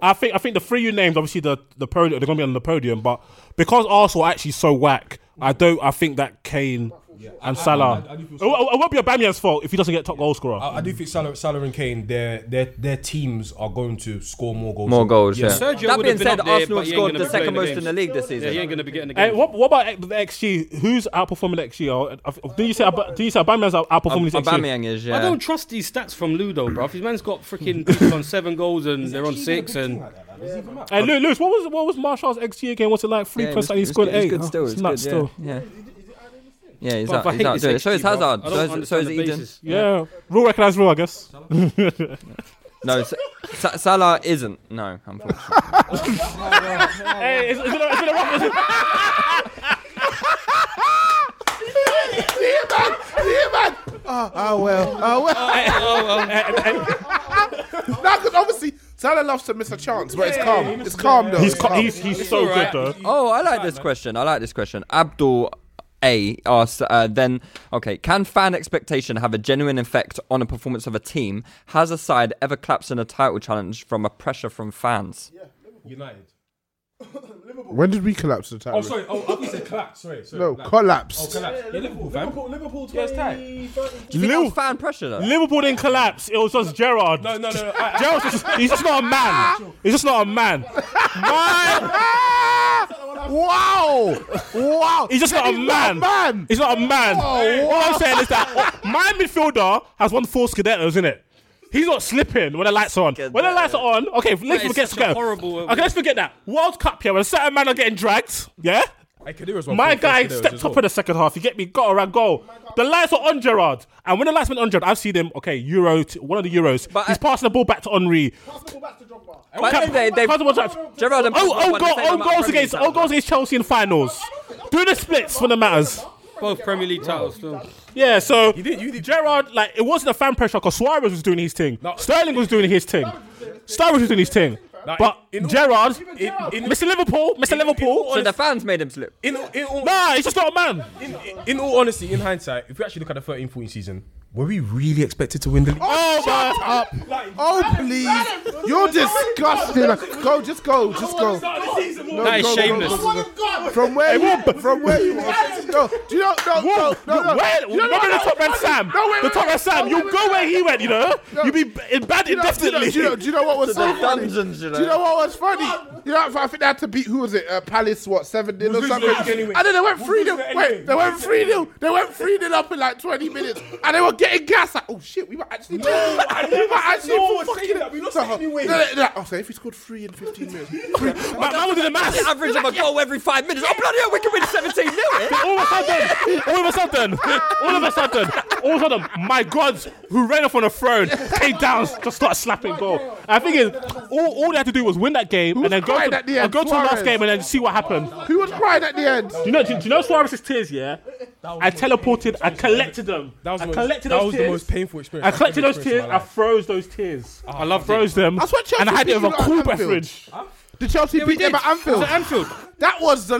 I think. I think the three you named, obviously the the podium, they're gonna be on the podium, but because Arsenal are actually so whack, I don't. I think that Kane and Salah. I- I do feel it, won't- it won't be Aubameyang's fault if he doesn't get top goal scorer. I, I do think Salah, Salah and Kane, their their their teams are going to score more goals. More goals, yeah. Sergio That would have been being said, up there, Arsenal but he ain't scored gonna the be playing second most games. in the league this season. Yeah, he ain't going to be getting the Hey, game. what, what about the XG? Who's outperforming the XG? Or, uh, do you say Ab- do you say Aubameyang's out- outperforming his XG? I don't trust these stats from Ludo, bruv. His man's got *laughs* freaking people on seven goals and they're on six and. Hey, *laughs* Lu- Lewis, what was what was Marshall's XG again? What's it like? Three Yeah, it's- plus, and he it's scored good- it's eight. good still, It's it's nuts good, still. Yeah, yeah he's Bruv, out. I He's hate out this doing it. So is XG, bruv. Hazard. I don't So is, so is understand the Eden. basis. Yeah. rule recognize rule, I guess. *laughs* No, S- Sa- Salah isn't. No, unfortunately. hey, it's, it's been a, it's been a rough. See man. See man. Oh, oh well. Oh *laughs* well. no, because obviously Salah loves to miss a chance, but it's calm. It's calm though. It's calm. Oh, I like this question. I like this question. Abdul A asks, uh, then, okay, can fan expectation have a genuine effect on a performance of a team? Has a side ever collapsed in a title challenge from a pressure from fans? United. *laughs* When did we collapse the title? Oh, sorry. Oh, I thought you said collapse. Sorry. sorry. No, Collapse. collapse. Oh, collapse. Yeah, Liverpool, fam. Liverpool, Liverpool, Liverpool- fan pressure though? Liverpool didn't collapse. It was just Gerard. No, no, no. Gerard's just, he's just not a man. He's just not a man. Wow! Wow! He's just not a man. He's not a man. Oh, All I'm wow. saying is that my midfielder has won four Scudettos, isn't it? He's not slipping when the lights are on. When the lights are on, okay, let's is forget such a Scudetto. horrible- Okay, let's forget that. World Cup, yeah, when certain man are getting dragged, yeah? Hey, Khedira's one My for the first guy Khedira's stepped as up well. in the second half. You get me? Got around goal. The lights are on Gerard. And when the lights went on Gerard, I've seen him, okay, Euro, t- one of the Euros. He's passing the ball back to Henri. uh, But they- they- Passing the ball back to Gerrard and Oh, Pogba oh, won the goal, same oh, goals amount of Premier against, League oh, goals against Chelsea in finals. Do the splits when it matters. Both Premier League titles still. Yeah, so Gerard, like, it wasn't a fan pressure because Suarez was doing his thing. Sterling was doing his thing. Sterling was doing his thing. But Gerard, Mr. Liverpool, Mr. Liverpool. So the fans made him slip. In, all- in all, nah, he's just not a man. In, in all honesty, in hindsight, if we actually look at the 13 14 season, were we really expected to win the league? Oh, shut up! oh please! You're disgusting. Go, just go, just go. No, That is go, go, shameless. go, go, go. From where you? From where you? are. No, do you know? No, no, no, no. Where, You know remember the what? top man No, Sam? no, wait, the wait, top man wait. Sam, No, you wait, go wait. where he went, you know? No. You be b- in bad Do you know- indefinitely. Do you know, do you know what was To the so funny? dungeons, you know. Do you know what was funny? You know, I think they had to beat who was it? Uh, Palace, what seven 0 or We'll something? lose it anyway. And then they went We'll three lose 0 it anyway. Wait, they went three 0 They went three 0 up in like twenty minutes, and they were getting gas. Like, oh shit, we were *laughs* actually. No, I we never- were actually no one's fucking. saying that. We're not saying anyway. No, no, no. Oh, so if he scored three in fifteen minutes, three. man was in the match. The average of a goal every five minutes. Oh, bloody hell, we can win 17 0 all of a sudden, all of a sudden, all of a sudden, all of a sudden, my gods, who ran off on a throne, came down, just started slapping goal. I think is, all, all they had to do was win that game and then go crying to, at the and end? go to the last Suarez. game and then see what happened. Who was crying at the end? Do you know, do, you know Suarez's tears, yeah? I teleported, I collected them. That was I the most- collected that those was the tears. most painful experience I I've collected ever those tears, experienced in I my froze those tears. I loved Froze them. That's what Chelsea and I had beat it with a you lot at cool Anfield. beverage. Did Chelsea Yeah, we beat them did. at Anfield? It was at Anfield. That was the.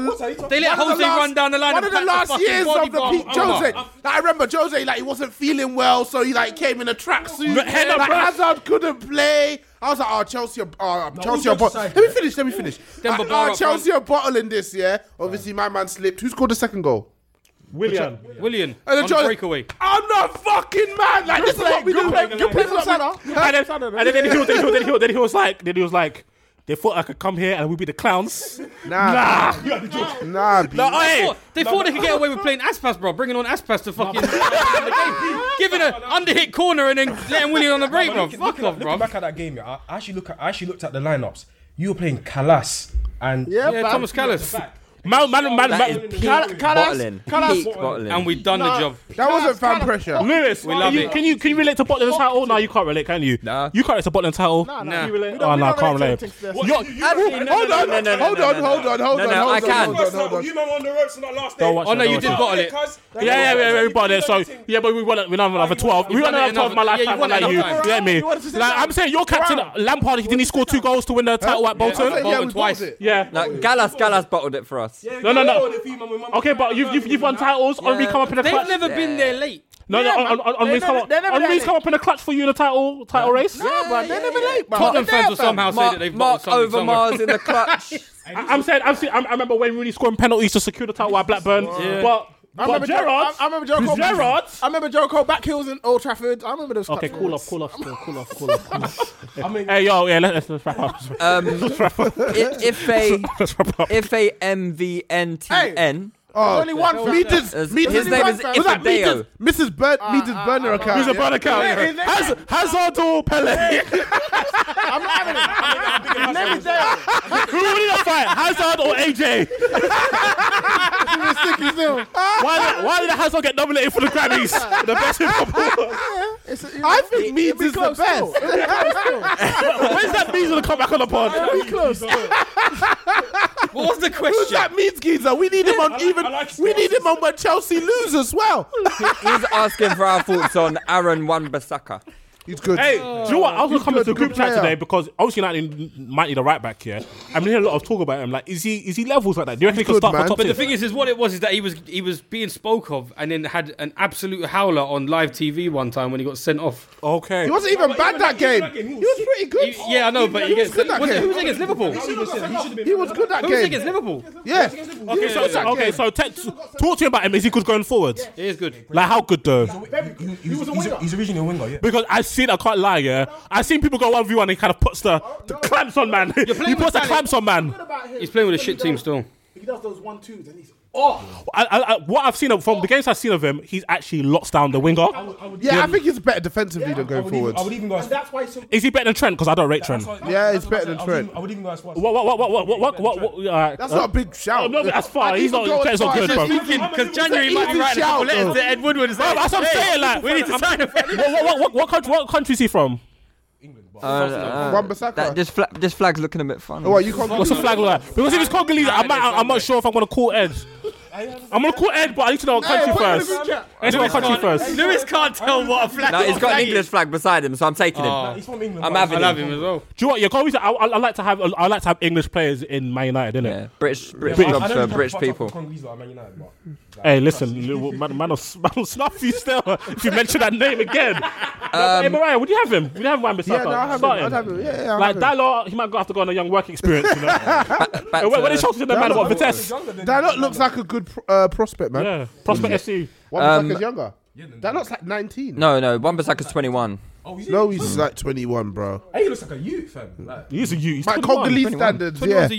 They let one of Jose run down the line One and of back the the last fucking years body of the bomb. peak Oh, Jose. no. Like, I remember Jose, like he wasn't feeling well, so he like came in a tracksuit. No, head up, Like bruh. Hazard couldn't play. I was like, oh Chelsea, are- oh Chelsea, all are bo- jokes aside, let me finish, let me finish. Then Like, Babar oh up Chelsea are bottling this, yeah. Obviously, my man slipped. Who scored the second goal? William. William. And then on Jordan- breakaway. I'm not fucking mad. Like this is what we do. You play for Salah. And then, and then, then, he was, then, he was, then, he was, then he was like, then he was like, they thought I could come here and we'd be the clowns. Nah. nah. No, Nah, they thought, they, thought they could get away with playing Aspas, bro. Bringing on Aspas to fucking *laughs* giving an underhit corner and then letting William on the break, bro. Looking- Fuck looking off, at- bro. looking back at that game, yeah, I I actually look at I actually looked at the lineups. You were playing Callas and Yeah, Yeah, man. Thomas Callas. Back. Man, man, man, That man. is peak bottling. Peak bottling. And we've done the Nah, job. That wasn't fan pressure. Lewis, We are love you- it. Can you can you relate to Botland's title? No, you can't relate, can you? You can't relate to Botland's title. nah. We Oh no, I can't relate. Yo, Actually, hold no, no, on, no, no, no, hold no, on, no, hold no. on, hold No, on. no, I hold on, can. hold on, hold on. You man on the ropes on that last Don't watch Oh that, no, don't you watch did that. bottle it. Yeah, yeah, yeah, yeah, we bought it. So yeah, but we won. We won another twelve. We You've won done another it twelve. My enough. life, Yeah, yeah, you've won like it you. enough You get me? times. You wanted to say Like that. I'm saying, your captain Lampard. He didn't he score two goals to win the title at Bolton? twice. Yeah. No, Gallas, Gallas bottled it for us. No, no, no. Okay, but you've you've, you've won titles. Henri come up in a They've clutch. never been there late. No, Yeah, no, man. on, on, on, They Henri's come never- up. they never had Henri's it. come up in a clutch for you in the title title race. Nah, man, they're never late, man. Tottenham They're fans will there, somehow fam. say that they've Mark something somewhere. clutch. I- *laughs* I'm saying, I'm saying, I'm- I remember Wayne Rooney scoring penalties to secure the title at Blackburn. Yeah. But, I but remember Gerard. Gerrard, I, I remember Gerard. Cole- Gerrard. I remember Gerard Cole back hills in Old Trafford. I remember those. Okay, cups. cool off, cool off, cool cool off, cool off. Cool off. *laughs* I mean, hey, yo, yeah, let's, let's wrap *laughs* up. *laughs* Um, let's wrap up. i- if a if a MVNTN. Oh, Meters, His Meters, his name is was that Meters, Ifadeo. Mrs. Bird, Meters Burner account. Who's a burner count? Has Hazard or Pele? *laughs* I'm not having it. I'm never Who would in a fight, Hazard *laughs* or AJ? there. Why did, why did Hazard get nominated for the Grammys? *laughs* the best hip hop award. I think Meads is the best. *laughs* When's that Means gonna come back on the pod? What was the question? Who's that Meads geezer? We need him on even. we need him on when Chelsea lose as well. He's asking for our thoughts on Aaron Wan Bissaka. He's good. Hey, do you know what? I was gonna He's come into the good, group good chat player. today because obviously United might need a right back here. I mean, hear a lot of talk about him. Like, is he is he levels like that? Do you reckon he can start for top But the six? thing is, is what it was is that he was he was being spoke of, and then had an absolute howler on live TV one time when he got sent off. Okay, He wasn't even bad that game. He was pretty good. yeah, I know, but he he was gets- good that was it- game. who was against Liverpool? He was good that Who was game. against Liverpool? Yeah. Okay, so, so- okay, so te- talk to me about him. Is he good going forward? He is good. Like how good though? He was a winger. He's originally a winger, yeah. Because I've seen, I can't lie, yeah. I've seen people go one v one and he kind of puts the, the clamps on man. *laughs* he playing puts with the talent. clamps on man. He's playing with a shit team still. He does those one twos and he's oh. I, I, I, what I've seen of, from the games I've seen of him, he's actually locks down the winger. Yeah, I think he's better defensively than going forward. even go. That's why he's so. Is he better than Trent? Because I don't rate Trent. Yeah, he's better than Trent. I would even go as far. What, what, what, what, what, what, what, what, what uh, That's uh, not a big shout. Oh, no, but that's fine. I'd He's even go not- as Trent's not far as good, saying bro. he can- Because January It's an might be easy writing a couple shout, letters though. to Ed Woodward. and Bro, saying, that's what I'm "Hey, saying. Like, we need to sign him. *laughs* what, what, what, what, country, what country is he from? Uh, uh, Wan Bissaka. that- this, fla- this flag's looking a bit funny. Oh, what, you can't What's the flag like? Because if it's Congolese, I'm, not- I'm not sure if I'm gonna call Ed. I'm gonna call Ed, but I need to know what country put it in the first. group chat. I need to know what country first. Lewis can't tell what a flag. No, he's got an flag English is. flag beside him, so I'm taking Oh. Ah, him. He's from England. I'm but- having I love him. him as well. Do you know what? Your goalkeeper. I, I, I like to have. I like to have English players in Man United, innit? Yeah, British, British British. jobs I know for you can't British fuck up people. with Congolese like Man United, but- Hey, listen, little man, man, of, *laughs* man of snuff you still. If you mention that name again, Um, hey Mariah, would you have him? Would you have Wan Bissaka? Yeah, no, I have him. Start I'd have him. Yeah, yeah, I'd Like have him. Dalot, he might go have to go on a young work experience. You know? *laughs* Back Hey, when, when to- they showed him the man Dalot what looks- Vitesse, That lot looks like a good pr- uh, prospect, man. yeah, prospect FC. Um, Wan Bissaka's younger. That looks like 19. no, no, Wan Bissaka's 21. Oh, No, he's like 21, bro. Hey, he looks like a youth, fam. Like, He's a you. He's By 21. Congolese standards, yeah. Twenty-one's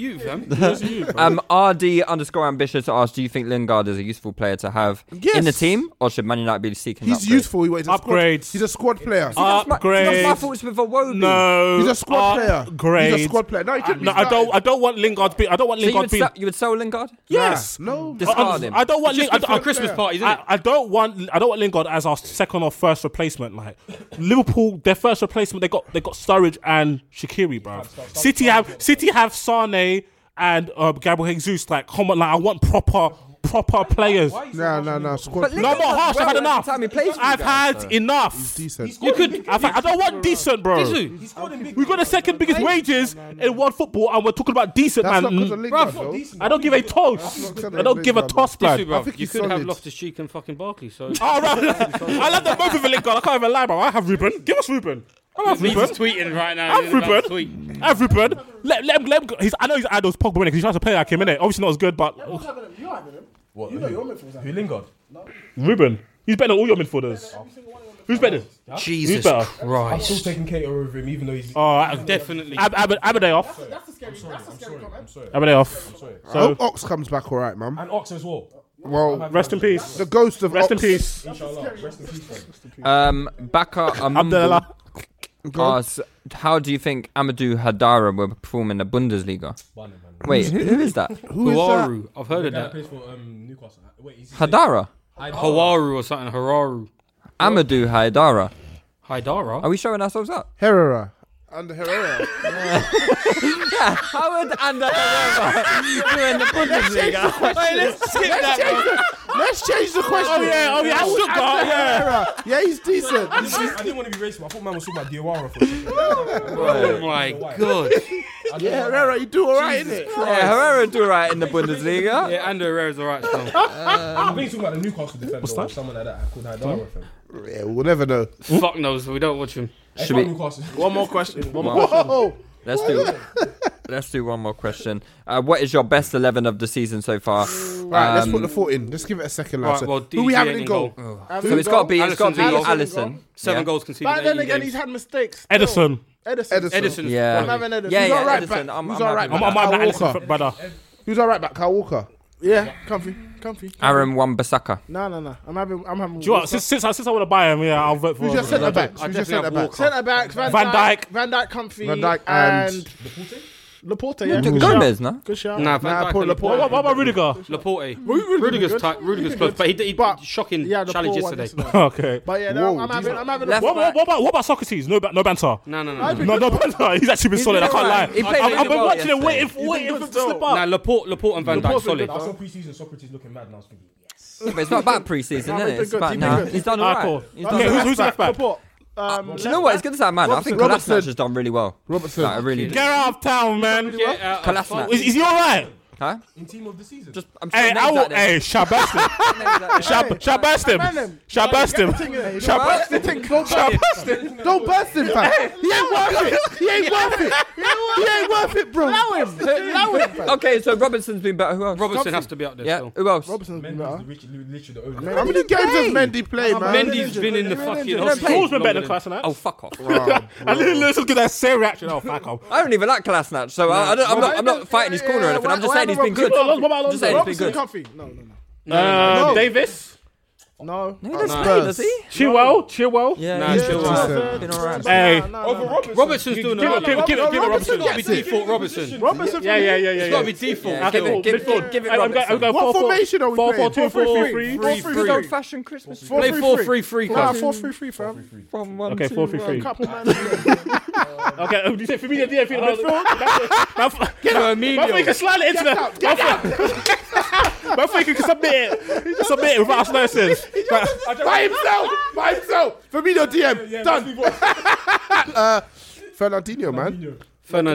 a youth, man. Um, RD underscore ambitious asked, do you think Lingard is a useful player to have in the Yes. team, or should Man United be seeking He's upgrade? useful. He's a squad, Upgrades. he's a squad player. That's my- That's my Upgrade. thoughts with Awobi. No, Uh, He's a squad player. He's a Upgrade. squad player. No, he couldn't be no, I starting. don't. I don't want Lingard. Be, I don't want So you Lingard. would, Be, sell, you would sell Lingard? yes. No, I- Discard him. I, I don't want It's Lingard. just good I, for Christmas parties, isn't it? I, I don't want. I don't want Lingard as our second or first replacement. Like Liverpool, their first replacement, they got they got Sturridge and Shakiri, bro. City have City have Sane and uh, Gabriel Jesus. Like, come on, like I want proper proper players. No, no, no. Squad But player. Lingard No more does harsh. well I've had every enough. time he plays for you I've guys, had though. enough. decent. You could. I've had- I don't want decent, bro. Dizu. We've got the second biggest wages in world football, and we're talking about decent, That's not man. because of Lingard, though. I don't give a toss. because I don't of give a Lingard, toss, Dizu, man. bro. think You he's could have solid. Loftus Cheek and fucking Barkley. So *laughs* *laughs* Oh, right. I love them both of Lingard. I can't even lie, bro. I have Ruben. Give us Ruben. I have he's Ruben. tweeting right now. I He's have about to *laughs* Ruben. I have Ruben. Let, let him. Let him go. He's, I know he's idol's Pogba because he tries to play like him, innit? Obviously not as good, but What's happening? You're having him. What? You know your midfield's having Who him. Lingard? Ruben. He's better than all your midfielders. Who's better? Who's Jesus better? I'm still Christ. taking Kato over him, even though he's. Oh, Ab- Definitely. Ab- Ab- Abadeoff. That's the scary. That's the scary comment. Abadeoff. I hope Ox comes back all right, man. and Ox as well. Well, Rest in peace. the ghost of Rest in Ox. peace. Inshallah. Rest in peace, fam. Um, *laughs* Baka Amumbu Abdullah. asks, how do you think Amadou Hadara will perform in the Bundesliga? Wait, who, who is that? Huaru. I've heard of That that. plays for, um, Newcastle. Wait, is Hadara. Hawaru or something. Hararu. Amadou Haidara. Haidara. Are we showing ourselves up? Herrera. Under *laughs* Herrera. yeah, Howard and Herrera. You're in the Oh. Bundesliga. Wait, let's skip that, Change the, let's change the question. Oh, yeah, oh, yeah, Howard Stuttgart, Under yeah. Herrera. Yeah, he's decent. I didn't, I didn't want to be racist. But I thought man was talking about Diawara for a second. Oh my God. yeah, Herrera, you do all right, innit? *laughs* Yeah, Herrera do right in the Bundesliga. Yeah, and Herrera's alright still. Um, I think he's talking about the Newcastle defender or someone like that called Haidara. fam. Yeah, we'll never know. Fuck knows. We don't watch him. Should we- One more question. One more Whoa. question. Let's do. Let's do one more question. Uh, what is your best eleven of the season so far? Right, let's Um, put the foot in. Let's give it a second, Right, lad. So well, who we DJ having in in goal? goal. Oh. Having So in it's gotta goal? be- it's gotta be Alisson. Alisson. Alisson. Seven Yeah. goals conceded. But in then 80 again, games. he's had mistakes. Edison. Edison. Edison. Edison's Yeah. I'm having Edison. Yeah, He's yeah, all right Edison. back. I'm- He's I'm all happy right with back. that. I'm Alisson, Walker. brother. Who's all right back? Kyle Walker. Yeah, comfy, comfy. Aaron Wan-Bissaka. No, no, no. I'm having. I'm having. Do you know what? Since, since, I- since I want to buy him, yeah, I'll vote for Who's him. your centre back? I Who's your definitely have centre back? Walker. Centre back. Van, Van Dyke. Van Dyke, comfy. Van Dijk and- Laporte. Laporte. Yeah. Dude, Good Gomez, shout. no? Good shout. Nah, Van Nah, Dijk Paul and Laporte. What, what about Rudiger? Laporte. Rudiger's Rudiger's good. tight. Rudiger's Rudiger's close, good. but he did he shocking Yeah, the challenge poor one yesterday. yesterday. Okay. But yeah, no, I'm having. I'm having. a- Left What, back. what, what about what about Socrates? No, ba- no banter. No, no, I no. think- No, no banter. *laughs* He's actually been He's solid. I been can't alright. lie. He played I've, I've really been well watching him, yesterday. waiting, for- waiting for him to slip up. Nah, Laporte, Laporte and Van Dijk Laporte's solid. been good. Some preseason Socrates looking mad, and I was thinking, yes. Yeah, but it's not about pre-season, No, he's been is it? It's good. about, He's been nah, good. he's done all Ah, right. cool. He's Okay, done who's, who's left back? Laporte. Um, Do you know what? It's good to say, man. I think Robertson. Kolasinac has done really well. Robertson. Like, I really Get out of town, man. Get out of Kolasinac. Is, is he all right? Huh? In team of the season. Just, I'm Hey, I will. Hey, Shabast *laughs* him. Shab- Shabast him. Shabast him. Shabast him. Shabast him. Don't burst him, *laughs* fam. He ain't worth it. He ain't worth it. He ain't worth it, bro. Allow him. Allow him. Okay, so Robertson's been better. Who else? Robertson has to be up there. Yeah, still. who else? Robertson's been better. How many games has Mendy played, man? Mendy's been in the fucking. Mendy's hospital School's been better than longer Kolasinac. *laughs* Oh, fuck off. *laughs* And then let's look at that same reaction. Oh, fuck off. I don't even like Kolasinac, so I, I don't, I'm, not, I'm not fighting his corner or anything. I'm just saying he's been good. I'm just saying he's been good. Comfy. No, Uh, no, Uh, Davis. no. He No. does Nah. play, does he? Chilwell. Chilwell. Yeah, he's he's just alright. decent. been all right. Hey. Over Robertson's doing Give it, give it, give it, give it, Robertson. Robertson. Got to be default Robertson. Robertson. Yeah, yeah, yeah, yeah. It's got to yeah. be default. Yeah, give still. it, give it, give it, give it Robertson. What formation are we Four, playing? four, two, Four, four, three, three. three, three. Good old-fashioned Christmas. Play present. 4 3 3 Nah, cuz. four three three, fam. From one, Okay, two, four, three, one. three. Couple *laughs* man. Okay, oh, you say Firmino didn't feel about Get Firmino. My thing can slide it into *laughs* the. My thing *laughs* can submit it. Submit it without us noticing. By himself. *laughs* By himself. Firmino DM. Done. *laughs* Uh, Fernandinho, man. No, no, no.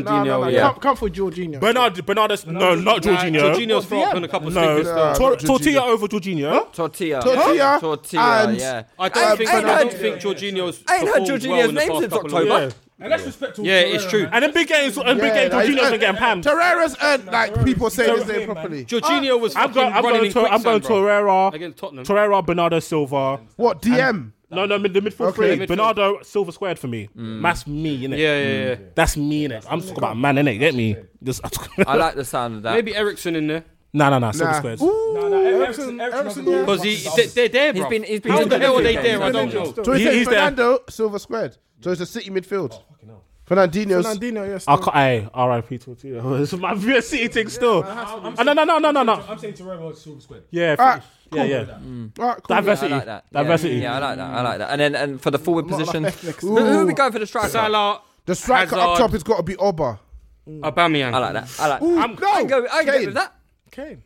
Fernandinho, yeah. Come- Come for Jorginho. Bernard, Bernardus, no, not Jorginho. Jorginho's fell off in a couple of No, fingers. No, Tor- not Tortilla Jorginho. over Jorginho. Tortilla. Tortilla Tortilla, and- yeah. I don't think ain't I don't heard- think Jorginho's I ain't heard performed Jorginho's well in the name past since couple of October. years. Yeah. And that's respectful. Yeah, it's true. And in big games, and big games, Yeah, like- Jorginho's been getting pammed. Torreira's earned, like, people saying his name properly. Jorginho was Ah. I'm fucking going, I'm running going, in to, I'm going quicksand, bro. Torreira, against Tottenham. Torreira, Bernardo Silva. What, DM? No, no, mid, the midfield Okay. three. Midfield. Mm. Bernardo Silva squared for me. That's me, innit? Mm. Yeah, yeah, yeah. That's me, innit? I'm talking about man, innit? Get me? Just, *laughs* I like the sound of that. Maybe Ericsson in there. Nah, nah, nah. Silver Nah. squares. Ooh, Ericsson, Ericsson, yeah. Because he, they- they're there, bro. been- he's been How injured the hell in are a they few there? I games. don't know. So he, He- says he's there. Fernando, silver squared. So it's a City midfield. Fernandinho's. Fernandinho, yes. I can't. Hey, R.I.P. Tortilla. *laughs* It's my real city thing still. Ah, No, no, no, no, no, no. I'm saying Torreira is silver square. Yeah, Ah, finish. yeah, yeah. Alright, cool. I Diversity. like that. Yeah. Diversity. Yeah, I like that. I like that. And then and for the forward *laughs* position, who, Ooh. who are we going for the striker? Salah, The striker up Hazard. top has got to be Oba. Aubameyang. I like that. I like. Ooh, That. I'm, no, I can go. I can go Kane. with that. Kane.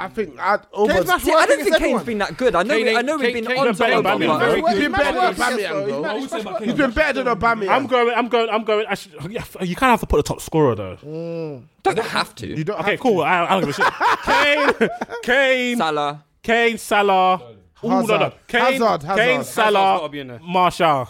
I think I'd Kane's Oba's. not- See, I don't think Kane's been that good. I know. Kane we, I ain't- know we've Kane- been Kane on ain't been to Aubameyang. Oba. Very He's been better than Aubameyang, He's bro. mad- he's mad- He's been better than Aubameyang. I'm going. I'm going. I'm going. I should, *laughs* yeah, you kind of have to put the top scorer though. Don't have to. Mm. You don't Okay, have cool. I, I *laughs* don't give a shit. Kane, Kane, Salah. Kane, Salah. Ooh, no, no. Hazard. Kane, Hazard, Kane, Hazard. Hazard's gotta Salah, be in there. Marshall.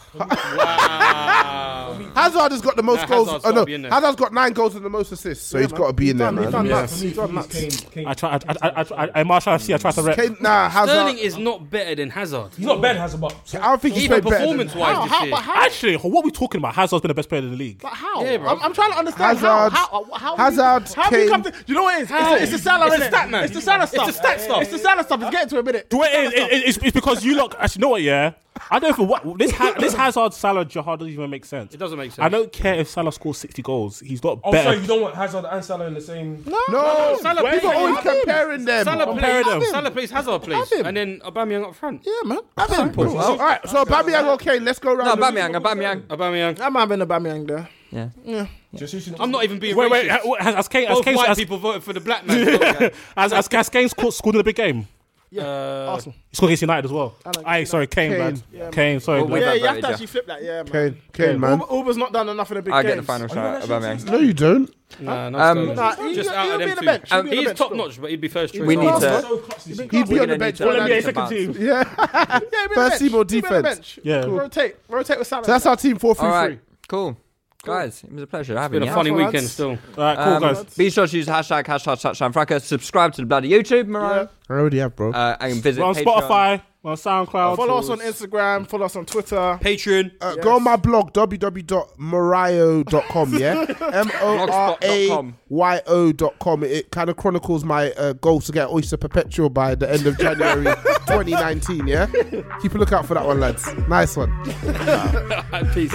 Hazard has got the most Nah, goals. Hazard's oh, gotta no. be in there. Hazard's got nine goals and the most assists, so he's got to be in there, He's done man. nuts. He's done nuts. I try. I, I, I, I, try- I Marshall. I see. I try to rep. Kane, nah, Sterling Hazard. is not better than Hazard. He's not bad, has a buck. I don't think he's Even played better. than- performance-wise this year. Actually, what are we talking about? Hazard's been the best player in the league. Uh, But how? Yeah, bro. I'm, I'm trying to understand how. Hazard. How? How? Hazard, How, how we come Kane. to? You know what it is? It's, it's the Salah. It's the innit? stat, man. It's the Salah stuff. It's the stat stuff. It's the Salah stuff. It's getting to a minute. Do it, it, it, it's, it's because you look. Actually, you know what? Yeah, I don't know what this ha- this Hazard Salah Jihad doesn't even make sense. It doesn't make sense. I don't care if Salah scores sixty goals. He's not Oh, better. sorry, you don't want Hazard and Salah in the same. No, No, Salah Where- people Where- always Where- comparing them. Salah Comparing plays, them. Salah plays Hazard plays, and then Aubameyang up front. Yeah, man. Simple. Well, all right, so Aubameyang, okay, let's go round. the- Aubameyang, Aubameyang. I'm having Aubameyang there. Yeah. Yeah. *laughs* I'm not even being Wait, wait, racist. uh, what- has- has Kane- has Both Kane- white has- people voted for the black *laughs* man. as as, as Kane scored, scored in the big game. Yeah, Uh, Arsenal. He scored against United as well. I like Aye, Kane. sorry, Kane, Kane. Kane. Yeah, man. Kane, sorry. Well, man. yeah, you have to actually flip that. Yeah, man. Kane, Kane, man. Uber, Uber's not done enough in the big I games. get the final shout. Aubameyang. No, you don't. Nah, no, Um, Sterling. Oh, Nah, he- Just he'll- out he'll of be them on the two. bench. He'll Um, be on the He is bench top still. notch, but he'd be first choice. We need to. He'd be on We're the gonna bench. need to when bounce I- the bounce. *laughs* Yeah. *laughs* Yeah, he'll be on the First bench. team or He'll be on the defense? bench. Yeah. Cool. Rotate, rotate with Salah. So that's our team, four three All three. right. Cool. Guys, it was a pleasure having been a you. funny That's all, weekend lads. still. All right, cool, guys. Be sure to use hashtag hashtag touchdown fracker. Subscribe to the bloody YouTube, Mariah. I already have, bro. Uh, and visit We're on Patreon. Spotify. We're on SoundCloud. Follow us on Instagram. Follow us on Twitter. Patreon. Uh, Go on my blog, www.morayo.com, *laughs* yeah? M O R A E. Y O.com. It kind of chronicles my uh, goals to get Oyster Perpetual by the end of January 2019, yeah? Keep a lookout for that one, lads. Nice one. *laughs* Peace.